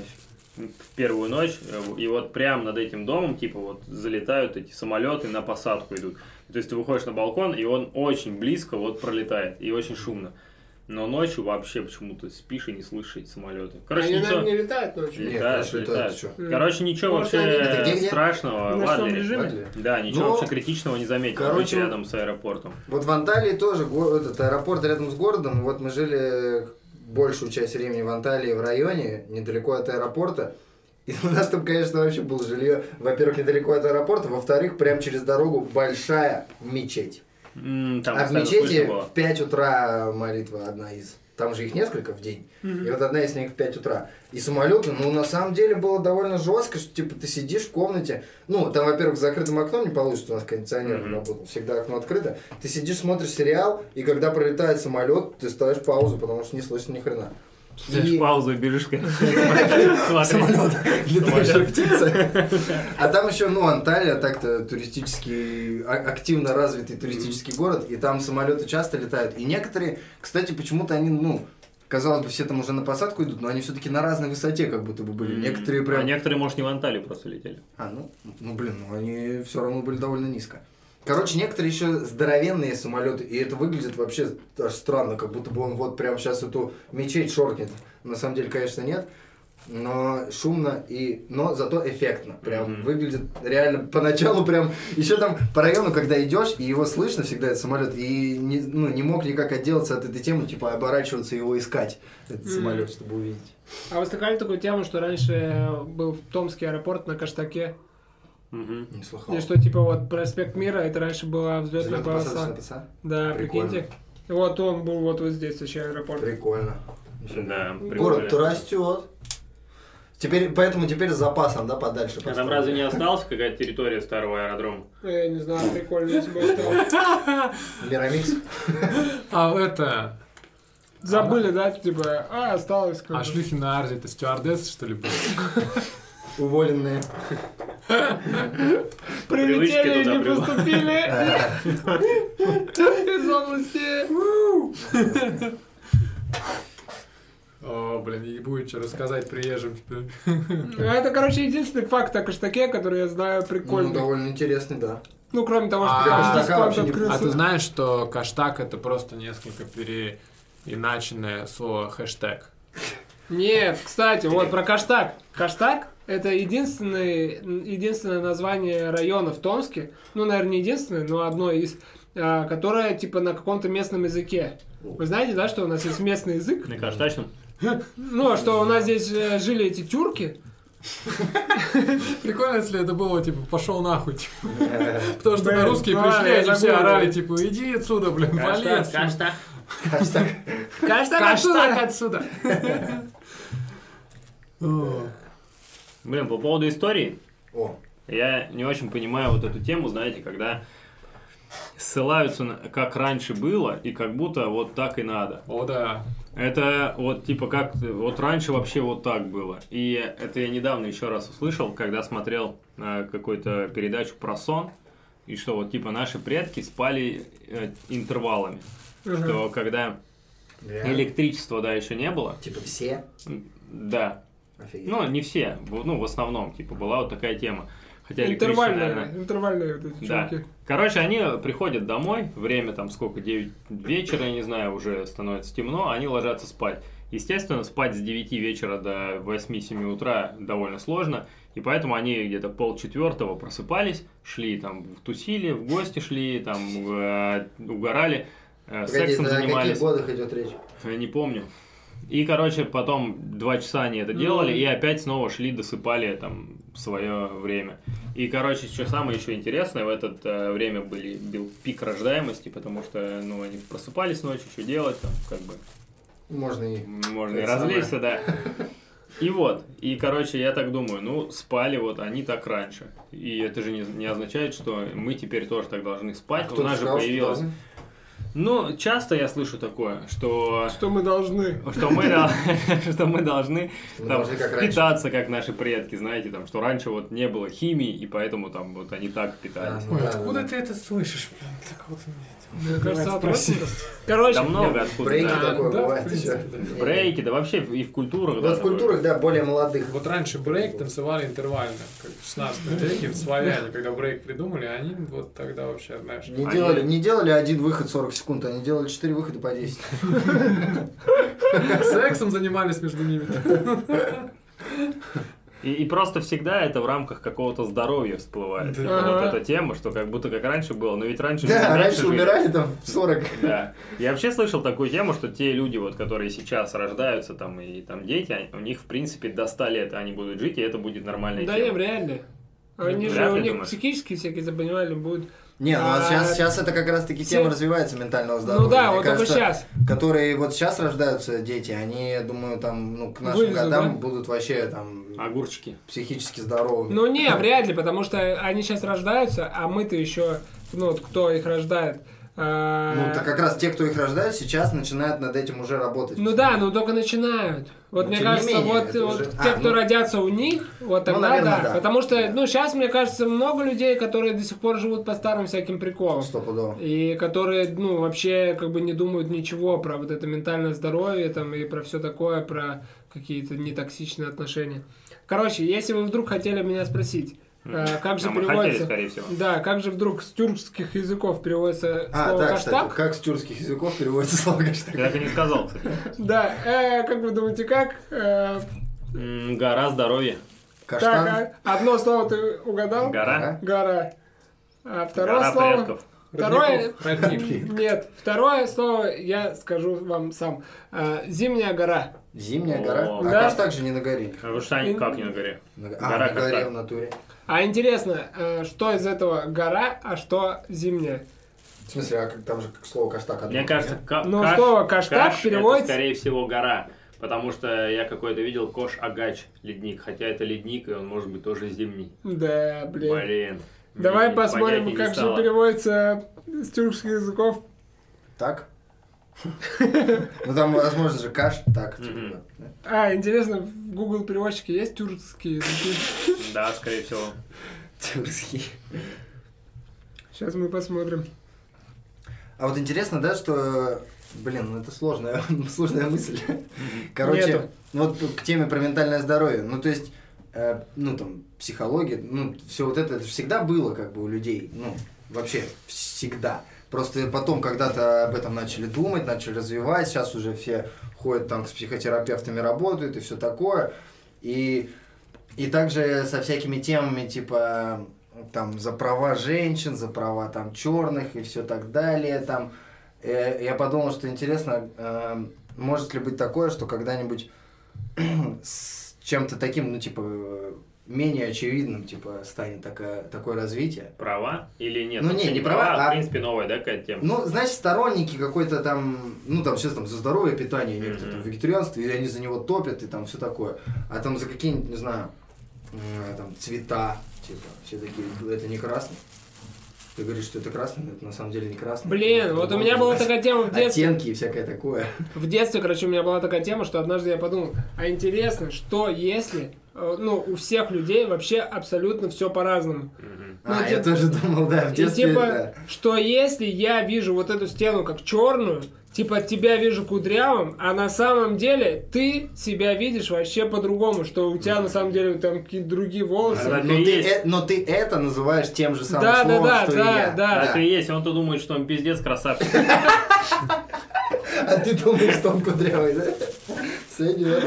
в первую ночь, э, и вот прям над этим домом, типа, вот залетают эти самолеты на посадку идут. То есть ты выходишь на балкон, и он очень близко вот пролетает, и очень шумно. Но ночью вообще почему-то спишь и не слышишь эти самолеты. Короче, Они, ничего. наверное, не летают ночью. Нет, Летают, ночью летают. летают, ты чё? Короче, ничего Может, Э, они- Это где, вообще где? На страшного в что, в Адлере. режиме? Адлер. Да, ничего Ну, вообще критичного не заметил. короче, Короче, рядом с аэропортом. Вот в Анталии тоже го- этот аэропорт рядом с городом. И Вот мы жили большую часть времени в Анталии в районе, недалеко от аэропорта. И у нас там, конечно, вообще было жилье, во-первых, недалеко от аэропорта, во-вторых, прям через дорогу большая мечеть. М, Там а в постоянно мечети слышно было. в 5 утра молитва одна из. Там же их несколько в день. И вот одна из них в 5 утра. И самолеты, ну, на самом деле было довольно жестко, что, типа, ты сидишь в комнате. Ну, там, во-первых, с закрытым окном не получится, у нас кондиционер не Мгм. работал. Всегда окно открыто. Ты сидишь, смотришь сериал, и когда пролетает самолет, ты ставишь паузу, потому что не слышно ни хрена. Знаешь, И- паузу и бежишь, как Самолет. смотреть. Летающая Самолет. птица. А там еще, ну, Анталия так-то туристический, а- активно развитый туристический город, и там самолеты часто летают. И некоторые, кстати, почему-то они, ну, казалось бы, все там уже на посадку идут, но они все-таки на разной высоте как будто бы были. Некоторые А прям... некоторые, может, не в Анталию просто летели. А, ну, ну блин, ну они все равно были довольно низко. Короче, некоторые еще здоровенные самолеты, и это выглядит вообще аж странно, как будто бы он вот прямо сейчас эту мечеть шоркнет. На самом деле, конечно, нет. Но шумно и... Но зато эффектно. Прям Мгм. выглядит реально поначалу прям... Еще там по району, когда идешь, и его слышно всегда, этот самолет, и не, ну, не мог никак отделаться от этой темы, типа оборачиваться и его искать, этот Мгм. самолет, чтобы увидеть. А вы слыхали такую тему, что раньше был в Томский аэропорт на Каштаке? Мгм. Не слыхал. И что типа вот проспект Мира, это раньше была взлетная Взлетно-посадочная полоса. полоса? Да, Прикольно. прикиньте. Вот он был вот, вот здесь вообще аэропорт. Прикольно. Да, Город прикольно. растет. Теперь, поэтому теперь с запасом, да, подальше. А там построили. разве не осталась какая-то территория старого аэродрома? Ну, Я не знаю, прикольно, если бы это- Мирамикс. А это... Забыли, да, типа, а, осталось как А бы. шлюхи на арде, это стюардесс, что ли, был? Уволенные. Прилетели Привычки и туда не привык. поступили. Из области. О, блин, и будет что рассказать приезжим. теперь. Ну, Это, короче, единственный факт о Каштаке, который я знаю Ну, прикольный. довольно интересный, да. Ну, кроме того, что А, там Каштака дисконт вообще не- А ты открылся. знаешь, что каштак это просто несколько переиначенное слово хэштег? Нет, кстати, вот про Каштак. Каштак – это единственный, единственное название района в Томске, ну, наверное, не единственное, но одно из, а, которое, типа, на каком-то местном языке. Вы знаете, да, что у нас есть местный язык? На Каштачном? Ну, а что у нас здесь э, жили эти тюрки, Прикольно, если это было, типа, пошел нахуй. типа. Потому что Блин, на русские правильно, пришли, они все забыл. орали, типа, иди отсюда, блин, вали отсюда». Каштак. Хэштег. Каштак отсюда! отсюда! О. Блин, по поводу истории, О, я не очень понимаю вот эту тему, знаете, когда ссылаются на как раньше было и как будто вот так и надо. О, да. Это вот типа как вот раньше вообще вот так было. И это я недавно еще раз услышал, когда смотрел э, какую-то передачу про сон. И что вот типа наши предки спали э, интервалами. Мгм. Что когда реально. электричества да еще не было. Типа все. м, Да. Офигеть. Ну, не все, в- ну, в основном, типа, была вот такая тема. Хотя электричество, Интервальные, наверное, интервальные вот эти Да. чуваки. Короче, они приходят домой, время там сколько, 9 вечера, я не знаю, уже становится темно, они ложатся спать. Естественно, спать с 9 вечера до 8-7 утра довольно сложно, и поэтому они где-то полчетвертого просыпались, шли там, в тусили, в гости шли, там, э, угорали, э, Погоди, сексом это о каких занимались. годах идет речь? Я Э, не помню. И, короче, потом два часа они это Ну. делали, и опять снова шли, досыпали там свое время. И, короче, что самое еще интересное, в это э, время были, был пик рождаемости, потому что, ну, они просыпались ночью, что делать, там, как бы, Можно и... можно и Это самое. развлечься, да. И вот, и, короче, я так думаю, ну, спали вот они так раньше. И это же не, не означает, что мы теперь тоже так должны спать. У А Кто-то нас же сказал, что появилось... должны. Ну, часто я слышу такое, что Что мы должны. что мы, дол- что мы должны там, Мы должны Ну, как раньше. питаться, как наши предки, знаете, там, что раньше вот не было химии, и поэтому там вот они так питались. А, ну Ой, да, откуда да, ты это слышишь, блин? Так вот у меня это- Мне Давай кажется, от спросим. родственников. Короче, Да много нет, откуда. ну, Брейки да. Да, такое да, в бывает принципе, еще. да. Брейки, да вообще в- и в культурах. да, Вот в такое. культурах, да, более молодых. Вот раньше брейк танцевали интервально, как в 16 веке, славяне, когда брейк придумали, они вот тогда вообще, знаешь... Не Они- делали, не делали один выход 40 секунд, они делали 4 выхода по 10. Сексом занимались между ними. И, и просто всегда это в рамках какого-то здоровья всплывает. Да. Типа Вот Ага. эта тема, что как будто как раньше было, но ведь раньше... люди Да, меньше раньше жили. умирали там в 40. Да. Я вообще слышал такую тему, что те люди, вот, которые сейчас рождаются, там, и там дети, они- у них, в принципе, до 100 лет они будут жить, и это будет нормальная Да тема. им реально. Они Вряд же, у ли них думаешь. психические всякие заболевания будут. Не, ну А, сейчас, сейчас это как раз таки тема все- развивается ментального здоровья. Ну да, вот Мне только кажется, сейчас. Которые вот сейчас рождаются дети, они, я думаю, там, ну, к нашим Вылезут, годам да? будут вообще там А Огурчики. психически здоровыми. Ну не, вряд ли, потому что они сейчас рождаются, а мы-то еще, ну вот кто их рождает, Ну, а, так как раз те, кто их рождают, сейчас начинают над этим уже работать. Ну да, но только начинают. Вот Ну, мне тем не кажется, менее, вот, это вот уже- те, А, кто ну- родятся у них, вот тогда наверное, да. да. Потому что, ну, сейчас, мне кажется, много людей, которые до сих пор живут по старым всяким приколам. Стопудово. И которые, ну, вообще как бы не думают ничего про вот это ментальное здоровье там и про все такое, про какие-то нетоксичные отношения. Короче, если вы вдруг хотели меня спросить, э, как же А мы хотели, переводится... скорее всего. Да, как же вдруг с тюркских языков переводится А, слово да, «каштак»? кстати, как с тюркских языков переводится слово Ты каштак? так и не сказал, кстати. Да, э, как вы думаете, как? Э, М, Гора здоровья. Каштан? так, а, одно слово ты угадал? Гора. Гора. А второе Гора слово? порядков. Второе? Родников. Родник. Нет, второе слово я скажу вам сам. А, Зимняя гора. Зимняя гора? О. А Да. каштак же не на горе. А вы что, они как не на горе? На- А, Гора на горе каштак. в натуре. А интересно, э, что из этого гора, а что зимняя? В смысле, а как- там же как слово каштак одно, Мне кажется, нет? ка- Э, Ну, каш- слово «каштак» каш это, переводится- скорее всего, гора. Потому что я какой-то видел кош-агач ледник. Хотя это ледник, и он может быть тоже зимний. Да, блин. Блин. Давай Мне посмотрим, понятнее не как же стало. переводится с тюркских языков. Так? Ну там, возможно, же каш, так. типа, Мгм. да. А, интересно, в Google переводчике есть тюркские языки? Да, скорее всего. Тюркский. Сейчас мы посмотрим. А вот интересно, да, что... Блин, ну это сложная, сложная мысль. Короче, Нету. ну вот к теме про ментальное здоровье. Ну, то есть, э, ну там, психология, ну, все вот это, это всегда было как бы у людей. Ну, вообще, всегда. Просто потом когда-то об этом начали думать, начали развивать. Сейчас уже все ходят там с психотерапевтами, работают и все такое. И, и также со всякими темами, типа, там, за права женщин, за права там черных и все так далее, там. Э, Я подумал, что интересно, э, может ли быть такое, что когда-нибудь с чем-то таким, ну, типа, э, менее очевидным, типа, станет такая, такое развитие. Права или нет? Ну, Вообще не, не права, а а- в принципе новая, да, какая-то тема? Ну, значит, сторонники какой-то там, ну, там сейчас там за здоровое питание, некоторые там Мгм. вегетарианство, и они за него топят, и там все такое. А там за какие-нибудь, не знаю, м, там цвета, типа, все такие, это не красный. Ты говоришь, что это красный, но это на самом деле не красный. Блин, вот у меня была такая тема А в детстве. Оттенки и всякое такое. В детстве, короче, у меня была такая тема, что однажды я подумал, а интересно, что если, э, ну, у всех людей вообще абсолютно все по-разному. Мгм. Ну, а, я типа- тоже думал, да, в И детстве, типа, да. что если я вижу вот эту стену как черную, типа тебя вижу кудрявым, а на самом деле ты себя видишь вообще по-другому, что у тебя на самом деле там какие-то другие волосы. Да, Но так и ты, есть. э- но ты это называешь тем же самым Да, да, словом, да, что да, и я. да. Так и есть, он-то думает, что он пиздец красавчик. А ты думаешь, что он кудрявый, да? Всё идёт.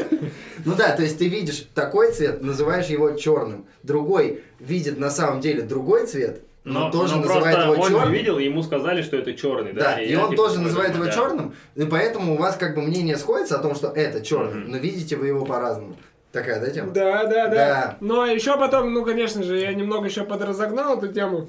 Ну да, то есть ты видишь такой цвет, называешь его черным. Другой видит на самом деле другой цвет, но, тоже но называет просто его он не черным. видел, и ему сказали, что это черный, да? Да, и, он я, типа, тоже называет подумал, его да. черным, и поэтому у вас как бы мнение сходится о том, что это черный, Мгм. но видите вы его по-разному. Такая, да, тема? Да, да, да. Да. Но еще потом, ну, конечно же, я немного еще подразогнал эту тему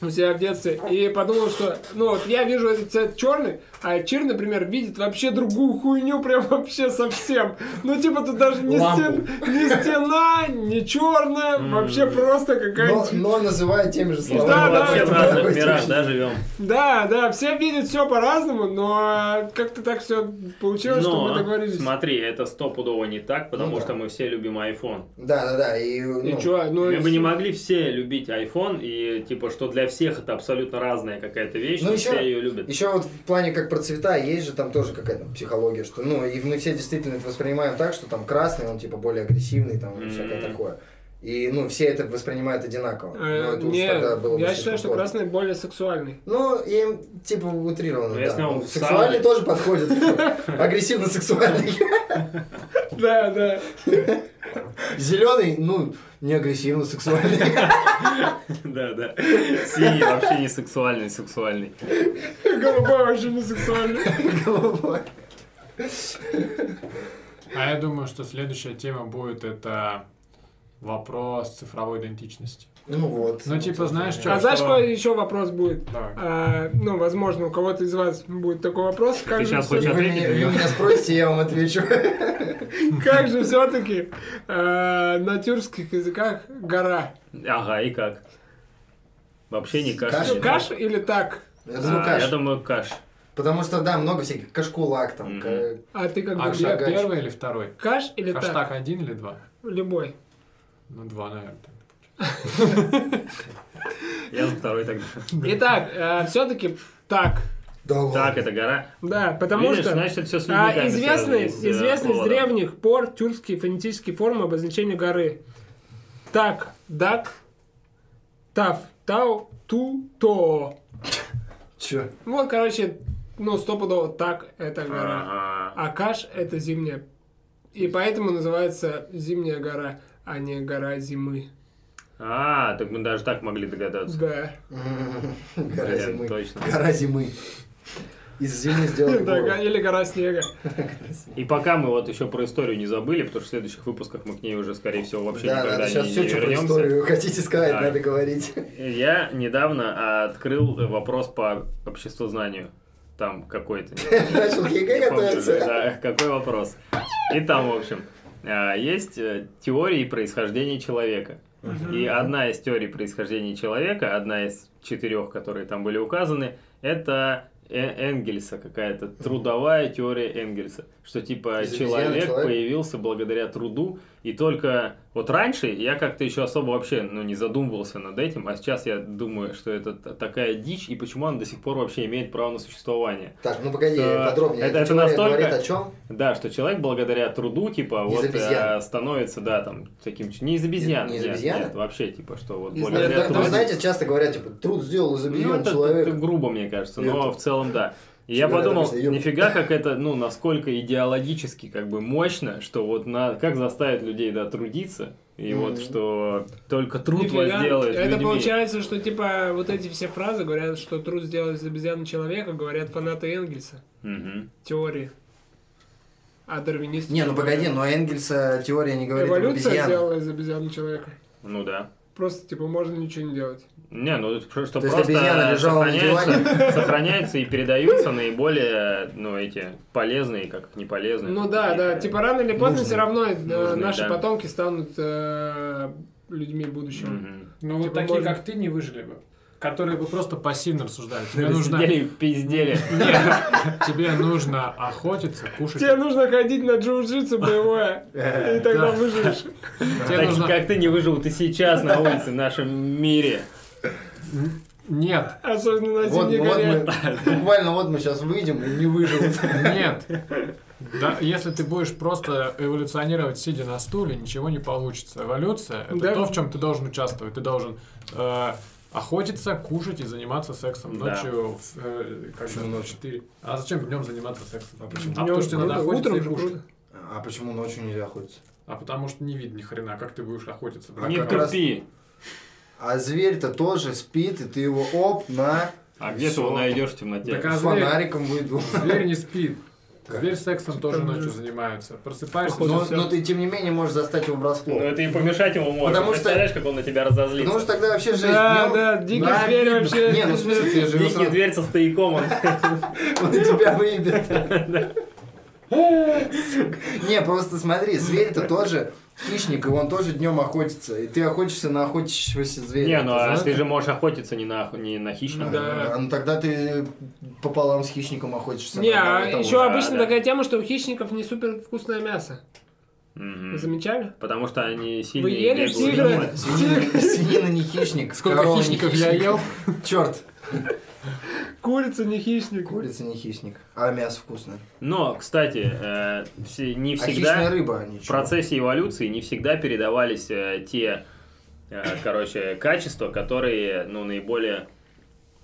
у себя в детстве и подумал, что, ну, вот я вижу этот цвет черный, а Чир, например, видит вообще другую хуйню прям вообще совсем. Ну, типа, тут даже не, Лампу. стен- не стена, не черная, вообще просто Но, какая-нибудь... но называет теми же И словами. что Да, мы да, вообще это в разных мирах, да, живем. Да, да, все видят все по-разному, но как-то так все получилось, что мы Но, договорились. смотри, это стопудово не так, потому Ну да. что мы все любим iPhone. Да, да, да. И, И ну, чё, ну, Мы бы не и- могли все любить iPhone, и типа, что для всех это абсолютно разная какая-то вещь, Ну, но ещё- все ее любят. Еще вот в плане как про цвета есть же там тоже какая-то психология, что ну и мы все действительно это воспринимаем так, что там красный, он типа более агрессивный, там и всякое Мгм. такое. И ну все это воспринимают одинаково. Но Э, Ну, это уж не, тогда было бы я слишком считаю, что сложно. красный более сексуальный. Ну, я им типа утрированно, Ну, да. если он Ну, в сексуальный сауне. тоже подходит. Агрессивно-сексуальный. Да, да. Зеленый, ну, не агрессивно-сексуальный. Да, да. Синий вообще не сексуальный, сексуальный. Голубой вообще не сексуальный. Голубой. А я думаю, что следующая тема будет это вопрос цифровой идентичности. Ну вот. Ну, типа, знаешь, чё? А знаешь, что? какой еще вопрос будет? Давай. А, ну, возможно, у кого-то из вас будет такой вопрос. Как же щас всё- хочешь Вы ответить меня на вы него? меня спросите, я вам отвечу. Как же все-таки на тюркских языках гора? Ага, и как? Вообще никак. Каш? Ну, Каш или так? Это, А, ну, каш. Я думаю, каш. Потому что, да, много всяких. Кашкулак там. Мгм. ка- А ты как А бы где, Шагач. первый или второй? каш или так? Каштак один или два? Любой. Ну, два, наверное. Я за второй тогда. Итак, все-таки так. Да ладно. Так, это гора. Да, потому Видишь, что... значит, это все с А, людьми как-то известный, связано, из, э, известный с повода. древних пор тюркские фонетические формы обозначения горы. Так, дак, тав, тау, ту, то. Чё? Вот, короче, ну, стопудово так это гора. Ага. А каш это зимняя. И поэтому называется зимняя гора, а не гора зимы. А, так мы даже так могли догадаться. Да. М, Гора Блин, зимы. точно. Гора зимы. Из зимы сделали Да, гору. го- Или гора снега. И пока мы вот еще про историю не забыли, потому что в следующих выпусках мы к ней уже, скорее всего, вообще Да, никогда надо не, сейчас не все, что про вернемся. историю хотите сказать, Да. надо говорить. Я недавно открыл вопрос по обществознанию. Там какой-то. Начал ЕГЭ Не помню уже, готовиться. да, какой вопрос. И там, в общем, а, есть э, теории происхождения человека. И одна из теорий происхождения человека, одна из четырех, которые там были указаны, это Э- Энгельса какая-то, трудовая теория Энгельса, что типа Из обезьяны человек человек? появился благодаря труду, и только вот раньше я как-то еще особо вообще ну, не задумывался над этим, а сейчас я думаю, что это т- такая дичь, и почему она до сих пор вообще имеет право на существование. Так, ну погоди, Да. подробнее. Э, Это- это Теория настолько- говорит о чем? Да, что человек благодаря труду, типа, Из вот э, обезьян. становится, да, там, таким... ч- Не из обезьян. Не из нет, обезьяны? нет, вообще, типа, что вот Из- благодаря Говорят, Да, это да, Вы очень- знаете, часто говорят, типа, труд сделал из Ну, обезьян это- это человека. грубо, мне кажется, но Это- в целом да. И Что я говорят, подумал, допустим, ёб- нифига, как это, ну, насколько идеологически как бы мощно, что вот на, как заставить людей, да, трудиться, и вот Мгм. что только труд вас Нифига. делает Это людьми. получается, что типа вот эти все фразы говорят, что труд сделал из обезьяны человека, говорят фанаты Энгельса. Мгм. Теории. А дарвинисты... Не, ну погоди, но Энгельса теория не говорит об Эволюция обезьянах. сделала из обезьяны человека. Ну да. просто Просто типа можно ничего не делать. Не, ну это про- что То есть просто обезьяна лежала на сохраняется, сохраняется и передаются наиболее, ну, эти полезные, как неполезные. Ну да, да. Типа рано или поздно Нужные. все равно э, Нужные, наши да. потомки станут э, людьми будущего. Мгм. Ну, вот Типа такие, можно- как ты, не выжили бы. Которые бы просто пассивно рассуждали. Тебе нужно... Сидели и пиздели. Нет, тебе нужно охотиться, кушать. Тебе нужно ходить на джиу-джитсу боевое, и тогда Да. выживешь. Тебе Такие, нужно- как ты не выжил, ты сейчас на улице в нашем мире. Нет, Особенно на Вот, ну зимней вот горе. мы, буквально вот мы сейчас выйдем и не выживут. нет. Да, если ты будешь просто эволюционировать, сидя на стуле, ничего не получится. Эволюция — это Да. то, в чем ты должен участвовать. Ты должен э, охотиться, кушать и заниматься сексом Да. ночью в, э, как Почему бы, ночью? 4. А зачем днем заниматься сексом обычно? А Днём потому что тебе надо круто, охотиться утром и же кушать. круто. А почему ночью нельзя охотиться? А потому что не видно ни хрена, как ты будешь охотиться. А не как раз- тупи. А зверь-то тоже спит, и ты его оп на А где ты его Всё. найдешь в темноте? Так, а зверь- фонариком выйду. Зверь не спит. Как? Зверь сексом тоже Типа там ночью же- занимается. Просыпаешься, Но, всё. но ты тем не менее можешь застать его Ну врасплох. это и помешать ему можно. Потому что- Представляешь, как он на тебя разозлится. Потому что тогда вообще жизнь. Да, днём- да, дикий Да, зверь видно. вообще. Не, ну в смысле, ты же его Дикий сразу- дверь со стояком, он он и тебя выебет. Не, просто смотри, зверь-то тоже хищник, и он тоже днем охотится. И ты охотишься на охотящегося зверя. Не, ну Ты а знаешь, ты как- же можешь охотиться не на, не на хищника. Да. А, Ну тогда ты пополам с хищником охотишься. Не, на а одного еще и того же. а- обычно да. такая тема, что у хищников не супер вкусное мясо. Мгм. Вы замечали? Потому что они Вы сильные. ели бегают. тигра? Свинина, свинина не хищник. Сколько корова не хищников я хищник. ел? Черт, Курица не хищник. курица не хищник, а мясо вкусное. Но, кстати, э, все- не А хищная всегда рыба, в ничего. процессе эволюции не всегда передавались э, те, э, короче, качества, которые, ну, наиболее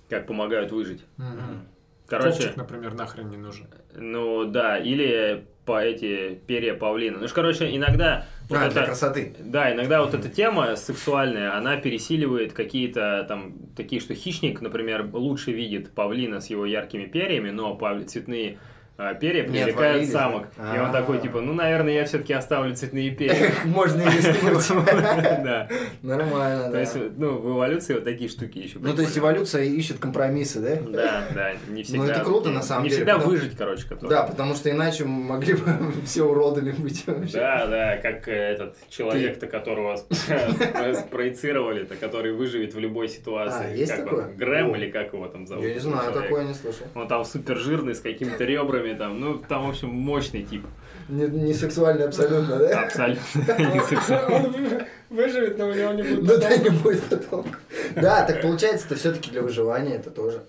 как помогают выжить. Мгм. Короче, Копчик, например, нахрен не нужен. ну да, или по эти перья павлина. Ну, ж, короче, иногда вот А, для это красоты. Да, иногда вот эта тема сексуальная, она пересиливает какие-то там такие, что хищник, например, лучше видит павлина с его яркими перьями, но пав- цветные а, перья Не привлекают отвалились, да? самок. И он А. такой, типа, ну, наверное, я все-таки оставлю цветные перья. Можно и рискнуть. Да. Нормально, То да. есть, ну, в эволюции вот такие штуки еще. Ну, то есть прикольные. эволюция ищет компромиссы, да? Да, да, не всегда. это круто, на самом не деле, всегда потому- выжить, короче, который. Да, потому что иначе мы могли бы все уродами быть вообще. Да, да, как э, этот человек-то, которого спро- проецировали-то, который выживет в любой ситуации. А, есть Как такое? он, Грэм О. или как его там зовут? Я не знаю, Человек. такое не слышал. Он там супер жирный, с какими-то ребрами там, ну, там, в общем, мощный тип. Не, не сексуально абсолютно, да? Абсолютно не сексуальный. Он вы- выживет, но у него не будет. Ну да, потомков. не будет потом. Да, так получается, это все-таки для выживания это тоже.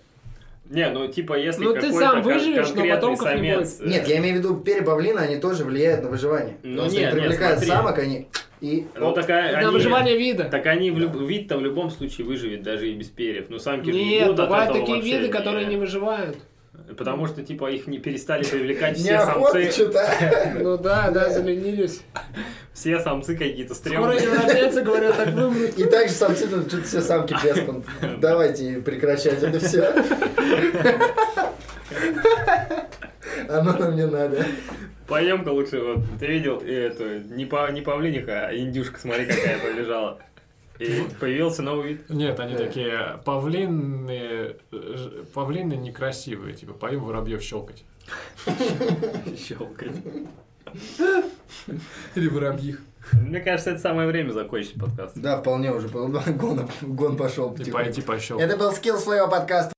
Не, ну, типа, если Ну, ты какой-то сам кон- выживешь, но конкретный потомков не самец, э, Нет, я имею в виду, перепавлины, они тоже влияют на выживание. Ну, Потому что нет, они нет, привлекают смотри. самок, они и... Ну, такая, На они- выживание вида. Так они в люб- вид-то в любом случае выживет, даже и без перьев. Ну, Но самки же не Нет, будут от бывают этого такие вообще виды, которые не не... выживают. Потому что, типа, их не перестали привлекать все Неохота самцы. что-то. Ну да, да, заленились. Все самцы какие-то Скоро стрёмные. европейцы говорят, так вымрут. И также самцы тут что-то все самки беспон. Давайте прекращать это все. Оно нам не надо. Поем-ка лучше, вот, ты видел, э, эту, не, па- не павлиниха, а индюшка, смотри, какая побежала. И появился новый вид. Нет, они Да. такие павлины, э, ж- павлины некрасивые, типа поем воробьев щелкать. Щелкай. Или воробьих. Мне кажется, это самое время закончить подкаст. Да, вполне уже. Гон, гон пошел. Типа И пойти пощелкать. Это был скилл своего подкаста.